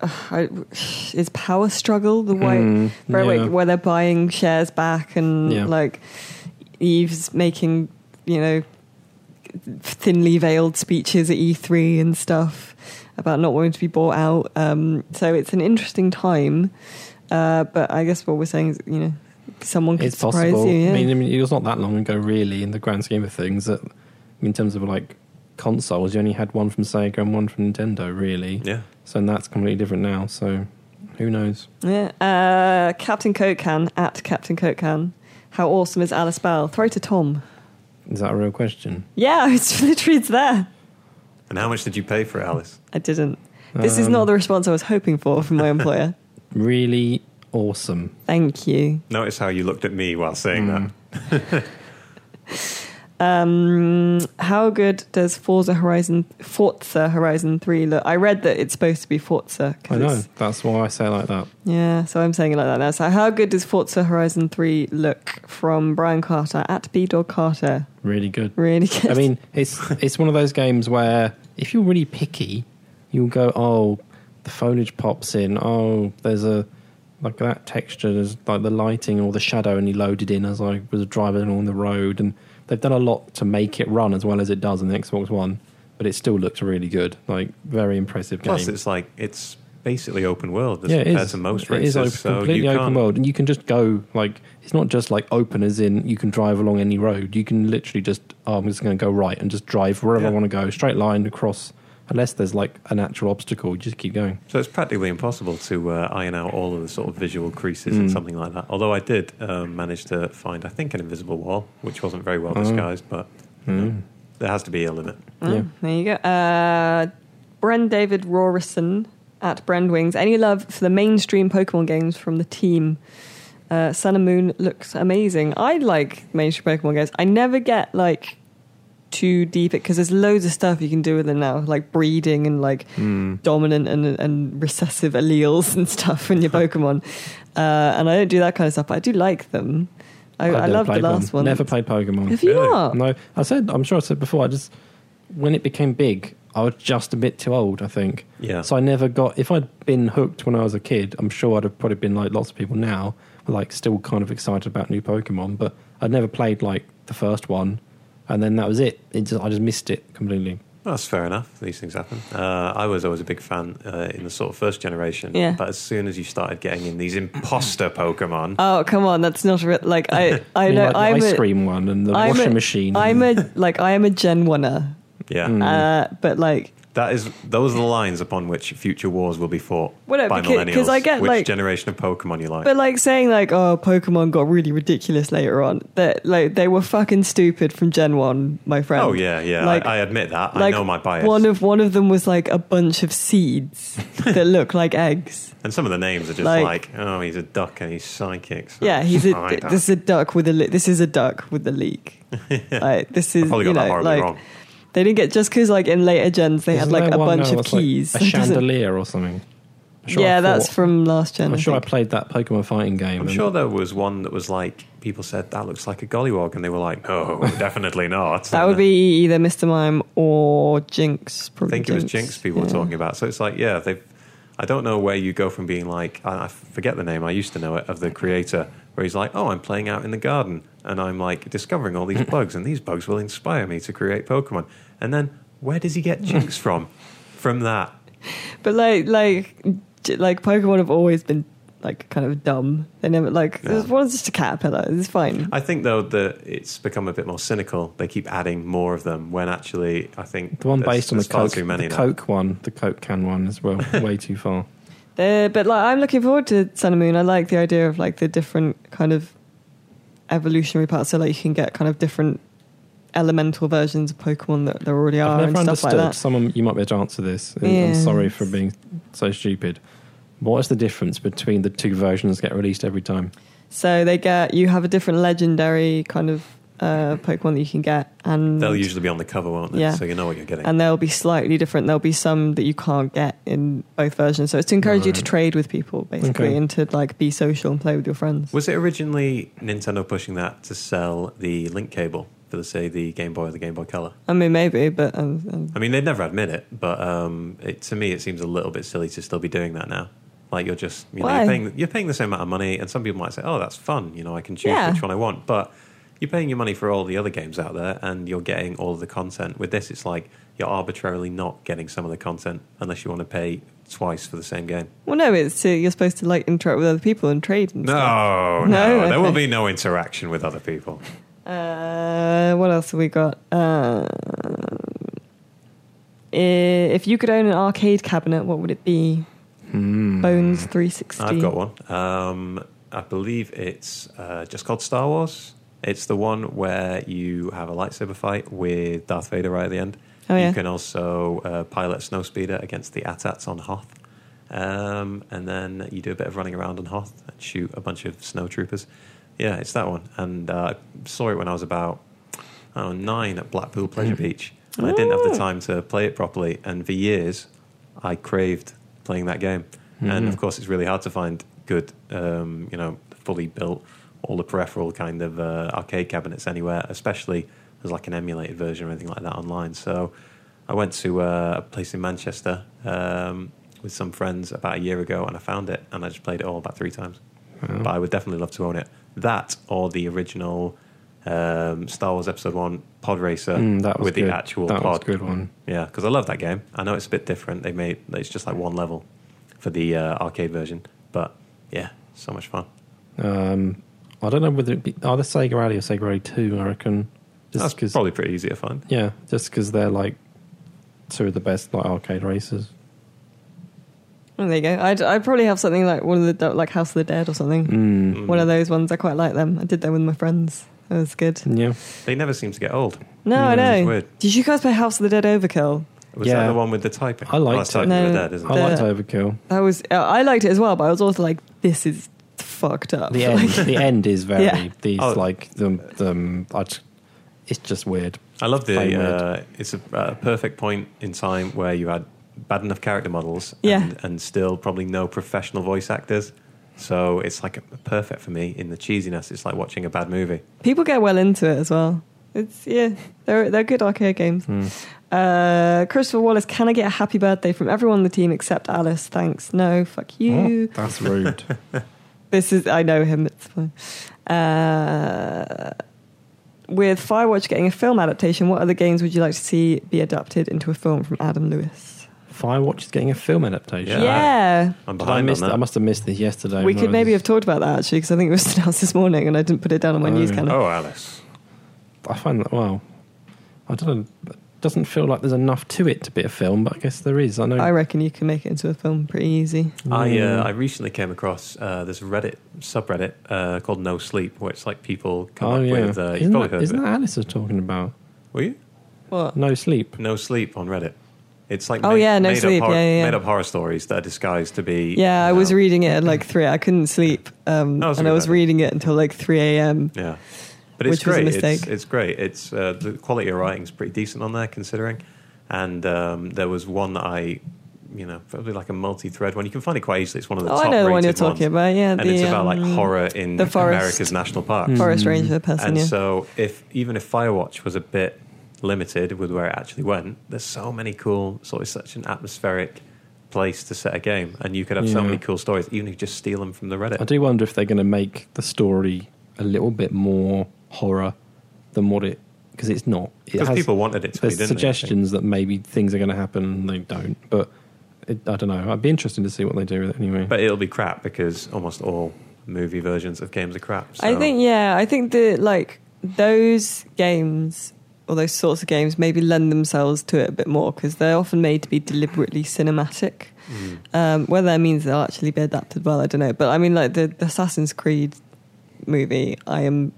uh, is power struggle the way
Mm,
where,
yeah.
where they're buying shares back and
Yeah.
like Eve's making you know thinly veiled speeches at E3 and stuff about not wanting to be bought out. Um, so it's an interesting time, uh, but I guess what we're saying is you know someone could
It's
surprise
possible.
you. Yeah.
I, mean, I mean, it was not that long ago, really, in the grand scheme of things. That in terms of like consoles, you only had one from Sega and one from Nintendo, really.
Yeah.
So and that's completely different now. So who knows?
Yeah. Uh, Captain Coke can at Captain Coke can. How awesome is Alice Bell? Throw to Tom.
Is that a real question?
Yeah, (laughs) it's literally it's there.
And how much did you pay for it, Alice?
I didn't. This is
Um,
not the response I was hoping for
(laughs)
from my employer.
Really awesome.
Thank you.
Notice how you looked at me while saying that.
Um, how good does Forza Horizon Forza Horizon Three look? I read that it's supposed to be Forza. 'cause
I know.
it's-
That's why I say it like that.
Yeah, so I'm saying it like that now. So how good does Forza Horizon Three look from Brian Carter at B Dog Carter?
Really good.
Really good.
I mean, it's it's one of those games where if you're really picky, you'll go, oh, the foliage pops in. Oh, there's a like that texture. There's like the lighting or the shadow only loaded in as I was driving along the road, and they've done a lot to make it run as well as it does in the Xbox One. But it still looks really good. Like very impressive game.
Plus, it's like it's basically open world as
yeah, it
compared
is.
to most
It
races.
is open,
so
completely
you can't,
open world, and you can just go like it's not just like open as in you can drive along any road. You can literally just oh, I'm just going to go right and just drive wherever I
Yeah.
want to go, straight line across. Unless there's like an actual obstacle, you just keep going.
So it's practically impossible to uh, iron out all of the sort of visual creases and
Mm.
something like that. Although I did um, manage to find, I think, an invisible wall, which wasn't very well
Oh.
disguised, but you
Hmm.
know, there has to be a limit.
Oh,
Yeah.
There you go. Uh, Bren David Rorison at Brandwings. Any love for the mainstream Pokemon games from the team? Uh, Sun and Moon looks amazing. I like mainstream Pokemon games. I never get like too deep because there's loads of stuff you can do with them now, like breeding and like
Hmm.
dominant and, and recessive alleles and stuff in
(laughs)
your Pokemon. Uh, and I don't do that kind of stuff, but I do like them. I, I,
never
love the
played
last one. (laughs)
Never played Pokemon.
Have you
Really?
not?
No, I said I'm sure I said before. I just when it became big, I was just a bit too old, I think.
Yeah.
So I never got. If I'd been hooked when I was a kid, I'm sure I'd have probably been like lots of people now, like still kind of excited about new Pokemon. But I'd never played like the first one, and then that was it. It just I just missed it completely.
That's fair enough. These things happen. Uh, I was always a big fan uh, in the sort of first generation.
Yeah.
But as soon as you started getting in these imposter Pokemon,
Oh come on, that's not re- like
(laughs)
I. I
mean,
know
like the
I'm
ice
a,
cream one and the
I'm
washing
a-
machine. Mm.
I'm a like I am a Gen
(laughs)
Oneer,
yeah,
Hmm.
uh, but like
that is those are the lines upon which future wars will be fought
Well, no,
by
becau-
millennials.
'cause I get,
which
like-
generation of Pokemon you like?
But like saying like, oh, Pokemon got really ridiculous later on. That like they were fucking stupid from Gen One, my friend.
oh yeah, yeah.
Like,
I, I admit that. I
like,
know my bias.
One of one of them was like a bunch of seeds
(laughs)
that look like eggs.
and some of the names are just like,
like-
oh, he's a duck and he's psychic. So
Yeah,
(laughs)
he's a.
I don't-
This is a duck with a. Le- this is a duck with a
(laughs)
leak. Like this is
probably
you
got that
know
horribly
like
wrong.
they didn't get just because like in later gens they
Isn't
had like
there
a
one
bunch
now
of
that's, like,
keys. (laughs)
a
It doesn't-
chandelier or something. I'm sure I
yeah, that's
thought-
from last gen.
I'm
I
sure I
think.
played that Pokemon fighting game.
I'm
and-
sure there was one that was like people said that looks like a gollywog, and they were like, no, (laughs) definitely not.
that would be either Mr. Mime or Jinx.
I
Probably
think it was Jinx people were
yeah.
talking about. So it's like, yeah, they've. I don't know where you go from being like, I, I forget the name, I used to know it, of the creator, where he's like, oh, I'm playing out in the garden and I'm like discovering all
(laughs)
these bugs and these bugs will inspire me to create Pokemon. And then where does he get
(laughs)
Jinx from? From that.
But like, like, j- like Pokemon have always been like kind of dumb. They never like
Yeah.
there's one's just a caterpillar. It's fine.
I think, though, that it's become a bit more cynical. They keep adding more of them when actually, I think.
The one
there's-
based on the
there's far
Coke,
too many
the
now.
Coke one, the Coke can one
(laughs)
as well. way too far.
Uh, but like, I'm looking forward to Sun and Moon. I like the idea of like the different kind of evolutionary parts. So like you can get kind of different elemental versions of Pokemon that there already are
I've
and
never
stuff like
understood.
that.
Someone, you might be able to answer this. and I'm
Yes.
sorry for being so stupid. What is the difference between the two versions that get released every time?
So they get you have a different legendary kind of uh, Pokemon that you can get, and
They'll usually be on the cover, won't they?
Yeah.
So you know what you're getting.
and they'll be slightly different. There'll be some that you can't get in both versions. So it's to encourage you to
Right.
trade with people basically
Okay.
and to like be social and play with your friends.
Was it originally Nintendo pushing that to sell the link cable for, the, say, the Game Boy or the Game Boy Color?
I mean, maybe, but um, um,
I mean, they'd never admit it, but um, it, to me, it seems a little bit silly to still be doing that now. Like you're just, you know,
Why?
you're paying, you're paying the same amount of money, and some people might say, "Oh, that's fun," you know, I can choose
Yeah.
which one I want. But you're paying your money for all the other games out there, and you're getting all of the content. With this, it's like you're arbitrarily not getting some of the content unless you want to pay twice for the same game.
well, no, it's uh, you're supposed to like interact with other people and trade. And stuff.
No, no,
No?
there will
Okay.
be no interaction with other people.
Uh, what else have we got? Uh, i- if you could own an arcade cabinet, what would it be? Bones 360.
Hmm. I've got one. Um, I believe it's uh, just called Star Wars. It's the one where you have a lightsaber fight with Darth Vader right at the end.
Oh, yeah.
You can also uh, pilot a Snowspeeder against the Atats on Hoth. Um, and then you do a bit of running around on Hoth and shoot a bunch of snow troopers. Yeah, it's that one. And uh, I saw it when I was about oh, nine at Blackpool
Mm.
Pleasure Beach. And I didn't
Oh.
have the time to play it properly. And for years, I craved playing that game. And of course, it's really hard to find good, um, you know, fully built, all the peripheral kind of uh, arcade cabinets anywhere, especially there's like an emulated version or anything like that online. So I went to uh, a place in Manchester um, with some friends about a year ago and I found it and I just played it all about three times. But I would definitely love to own it. That or the original um, Star Wars Episode 1 Pod Racer
Mm, that was
with
good.
the actual
that was
pod.
a good one.
Yeah, because I love that game. I know it's a bit different. They made it's just like one level for the uh, arcade version, but yeah, so much fun.
Um, I don't know whether it be either Sega Rally or Sega Rally Two. I reckon.
That's
Just because,
probably pretty easy to find.
yeah, just because they're like two of the best like arcade racers.
Oh, there you go. I'd, I'd probably have something like one of the like House of the Dead or something. One of those ones. I quite like them. I did them with my friends. That was good.
Yeah,
They never seem to get old.
No, I
Which is
know.
weird.
Did you guys play House of the Dead Overkill?
Was that
Yeah.
the one with the typing?
I liked
oh, that's
it.
Typing
No,
of the Dead, isn't
I
it?
The-
liked Overkill.
That was uh, I liked it as well, but I was also like, this is fucked up.
(laughs)
(laughs)
The end. the end is very.
Yeah.
These
Oh.
like the the. I just, it's just weird.
I love
Plain
the.
weird.
Uh, it's a, a perfect point in time where you had bad enough character models,
Yeah.
and, and still probably no professional voice actors. So it's like perfect for me in the cheesiness. It's like watching a bad movie.
People get well into it as well. It's yeah, they're they're good arcade games. Uh, Christopher Wallace, can I get a happy birthday from everyone on the team except Alice? Thanks. No, fuck you.
Oh, that's (laughs) rude.
This is I know him. It's fine. Uh, with Firewatch getting a film adaptation, what other games would you like to see be adapted into a film from Adam Lewis?
Firewatch is getting a film adaptation.
Yeah.
Yeah,
I'm
Did I,
behind on
missed,
that.
I must have missed this yesterday.
we
when
could
I
maybe
was-
have talked about that actually because I think it was (laughs) announced this morning and I didn't put it down on my
Oh.
news calendar.
oh, Alice.
I find that wow. I don't. know. It doesn't feel like there's enough to it to be a film, but I guess there is. I know.
I reckon you can make it into a film pretty easy.
I uh,
Mm.
I recently came across uh, this Reddit subreddit uh, called No Sleep, where it's like people come
oh
up
yeah.
with. Uh, you've
isn't
probably
that,
heard of
isn't
it.
that Alice is talking about?
Were you?
What?
No sleep.
No Sleep on Reddit. It's like
Oh,
made,
yeah, No
made
Sleep,
Up horror,
yeah, yeah, yeah.
Made up horror stories that are disguised to be.
Yeah, I
you
was
know-
reading it at like three. I couldn't sleep, um,
That was a
and
good
I was
idea.
reading it until like three a.m.
Yeah, but it's
Which was a
great. It's,
mistake.
it's great. It's uh, the quality of writing's pretty decent on there considering. And um, there was one that I, you know, probably like a multi-thread one. You can find it quite easily. It's one of the
Oh,
top
I know the one you're
rated ones.
talking about. Yeah,
And
the,
it's about like
um,
horror in
the forest.
America's national parks.
forest ranger person.
And
yeah.
so, if even if Firewatch was a bit limited with where it actually went, there's so many cool. So it's such an atmospheric place to set a game, and you could have so
Yeah.
many cool stories, even if you just steal them from the Reddit.
I do wonder if they're going to make the story a little bit more horror than what it because it's not. It
Because
has-
people wanted it to be,
There's
didn't they, I think?
suggestions that maybe things are going to happen and they don't, but it, I don't know. I'd be interested to see what they do with it anyway.
But it'll be crap because almost all movie versions of games are crap. So.
I think yeah, I think that like those games or those sorts of games maybe lend themselves to it a bit more because they're often made to be deliberately cinematic.
Mm.
Um, whether that means they'll actually be adapted well, I don't know. But I mean, like the, the Assassin's Creed movie, I am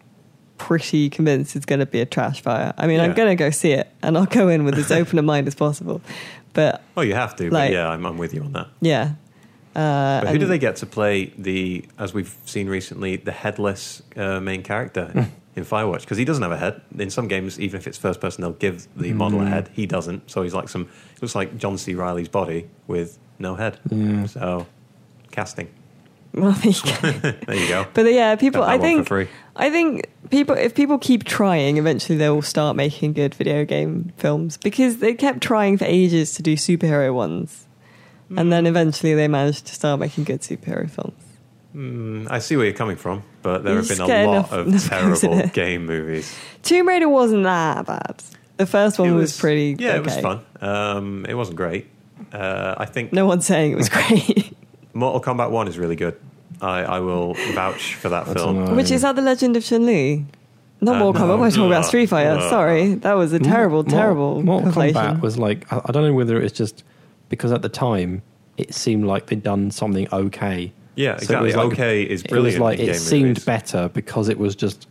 pretty convinced is going to be a trash fire. I mean, I'm
Yeah.
going to go see it, and I'll go in with
(laughs)
as open a mind as possible. But
Oh, you have to. but
Like-
yeah, I'm, I'm with you on that.
yeah, uh,
But who
and-
do they get to play the, as we've seen recently, the headless uh, main character
Hmm.
in, in Firewatch? Because he doesn't have a head. In some games, even if it's first person, they'll give the model
Hmm.
a head. He doesn't. So he's like some, looks like John C. Riley's body with no head.
Yeah.
So, casting.
(laughs) Well, there you go.
There you go.
But yeah, people.
Got that
I
one for
think.
free.
I think people. If people keep trying, eventually they will start making good video game films because they kept trying for ages to do superhero ones, and
Hmm.
then eventually they managed to start making good superhero films.
Mm, I see where you're coming from, but there
You
have been
just
a
get
lot
enough-
of
enough films in
terrible
it.
game movies.
Tomb Raider wasn't that bad. The first one was, pretty.
Yeah, it
okay.
was fun. Um, it wasn't great. Uh, I think
No one's saying it
(laughs)
was great.
Mortal Kombat One is really good. I, I will vouch for that
That's
film.
a lot.
Which is that the Legend of Chun Li? Not
Oh, Uh,
Mortal
no.
Kombat. We're talking about Street Fighter.
Uh,
Sorry, that was a
Mor-
terrible,
Mor-
terrible
Mortal
conflation.
Kombat was like I, I don't know whether it was just because at the time it seemed like they'd done something okay.
Yeah,
So it
exactly.
was like-
okay is
it was
brilliant.
like
in
it
game
seemed
movies.
better because it was just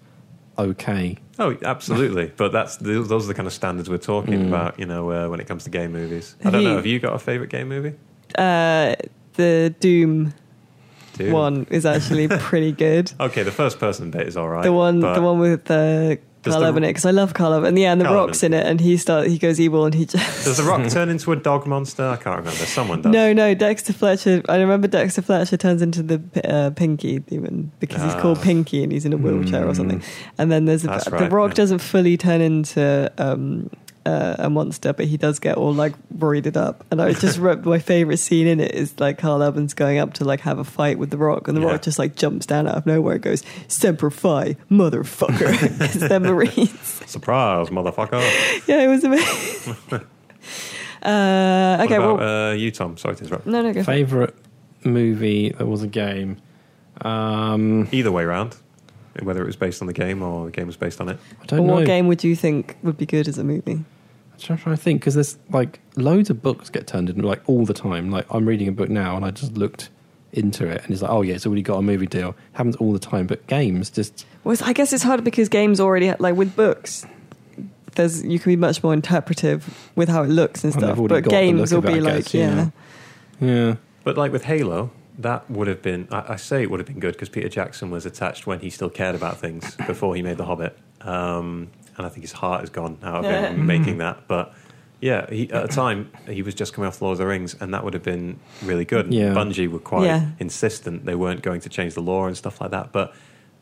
okay.
Oh, absolutely.
(laughs)
but that's th- those are the kind of standards we're talking about. You know, uh, when it comes to game movies. I
Mm. Have
don't know.
you-
Have you got a favorite game movie?
uh, the Doom
Dude.
one is
(laughs)
actually pretty good.
Okay, the first person bit is all right.
The one,
but
the one with uh,
Does
Carl
the-
Urban in it because I love Carl Urban. Yeah, and the
Carl Urban.
rocks in it, and he start he goes evil,
(laughs)
and he just
Does
(laughs)
the Rock turn into a dog monster? I can't remember. Someone does.
no, no. Dexter Fletcher. I remember Dexter Fletcher turns into the uh, Pinky demon because he's
Ah. Mm.
called Pinky and he's in a wheelchair or something. And then there's a,
That's
the
right,
Rock
yeah.
doesn't fully turn into. Um, uh, a monster, but he does get all like roided up. And I
(laughs)
just wrote my favorite scene in it is like Carl Evans going up to like have a fight with The Rock, and The
Yeah.
Rock just like jumps down out of nowhere and goes, Semper Fi, motherfucker. (laughs)
(laughs)
Because they're Marines. (laughs)
Surprise, motherfucker.
Yeah, it was amazing.
(laughs)
uh, okay,
what about,
well,
uh, you, Tom. Sorry to interrupt.
no, no, go. for it.
Favorite movie that was a game. Um,
Either way round, whether it was based on the game or the game was based on it.
I
Or
don't know.
What game would you think would be good as a movie?
I'm trying to think because there's like loads of books get turned into like all the time. Like I'm reading a book now and I just looked into it and it's like, oh yeah, it's already got a movie deal. Happens all the time, but games just
Well, it's- I guess it's harder because games already ha- like with books. There's you can be much more interpretive with how it looks and
And they've
stuff,
already
but
got the
games will
look of it,
be
I
like,
guess,
yeah.
yeah. yeah.
But like with Halo, that would have been, I, I say it would have been good because Peter Jackson was attached when he still cared about things (coughs) before he made The Hobbit. Um, and I think his heart has gone out of him making that. But yeah, he, at a time, he was just coming off Lord of the Rings and that would have been really good.
Yeah.
Bungie were quite
Yeah.
insistent they weren't going to change the law and stuff like that. But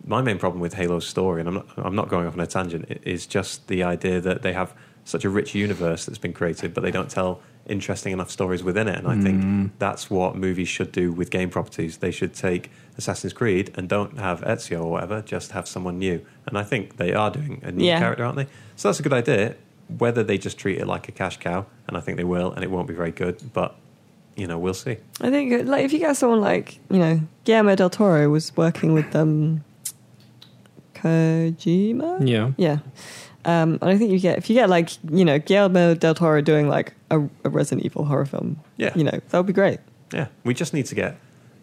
my main problem with Halo's story, and I'm not, I'm not going off on a tangent, i- is just the idea that they have such a rich universe that's been created, but they don't tell interesting enough stories within it. And I think that's what movies should do with game properties. They should take Assassin's Creed and don't have Ezio or whatever, just have someone new. And I think they are doing a new
Yeah.
character, aren't they? So that's a good idea. Whether they just treat it like a cash cow, and I think they will, and it won't be very good, but you know, we'll see.
I think like if you get someone like you know Guillermo del Toro was working with um, Kojima.
Yeah.
Yeah. Um, and I think you get if you get like you know Guillermo del Toro doing like a, a Resident Evil horror film.
Yeah.
You know that would be great.
Yeah, we just need to get,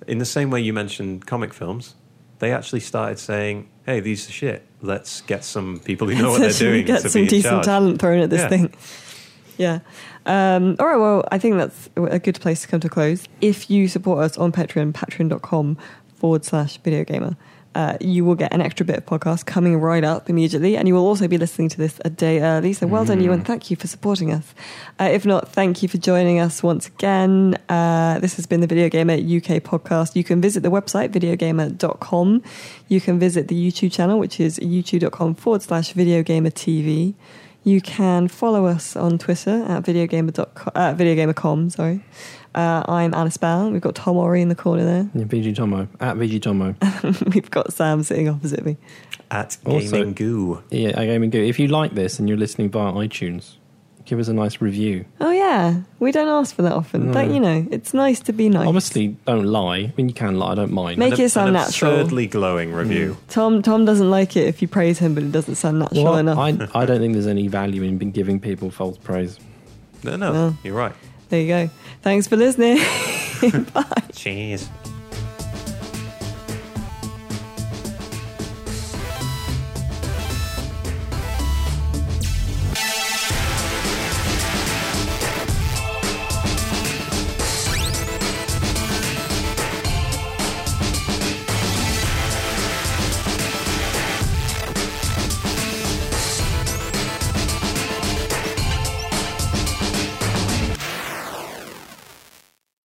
in the same way you mentioned comic films, they actually started saying, "Hey, these are shit. Let's get some people who know
(laughs)
what they're
Essentially
doing
Get
to
some
be in
decent
charge."
talent thrown at this
Yeah.
thing. Yeah. Um, all right. Well, I think that's a good place to come to a close. If you support us on Patreon, patreon.com forward slash video gamer, uh, you will get an extra bit of podcast coming right up immediately. And you will also be listening to this a day early. So well done, you, and thank you for supporting us. Uh, if not, thank you for joining us once again. Uh, this has been the Video Gamer UK podcast. You can visit the website, videogamer.com. You can visit the YouTube channel, which is youtube.com forward slash videogamer TV. You can follow us on Twitter at videogamer.com, uh, videogamer.com sorry. Uh, I'm Alice Bell. We've got Tom Ori in the corner there. (laughs)
Yeah, VG Tomo. At VG Tomo.
We've got Sam sitting opposite me.
At
Also-
Gaming Goo,
yeah, at Gaming Goo. If you like this and you're listening via iTunes, give us a nice review.
Oh, yeah. We don't ask for that often,
No.
but you know, it's nice to be nice.
Obviously, don't lie. I mean, you can lie. I don't mind.
Make
An-
it sound
an
natural.
absurdly glowing review.
Tom Tom doesn't like it if you praise him, but it doesn't sound natural
Well,
enough.
I, I don't think there's any value in been giving people false praise.
No, no,
No.
you're right.
(laughs) There you go. Thanks for listening.
Cheers.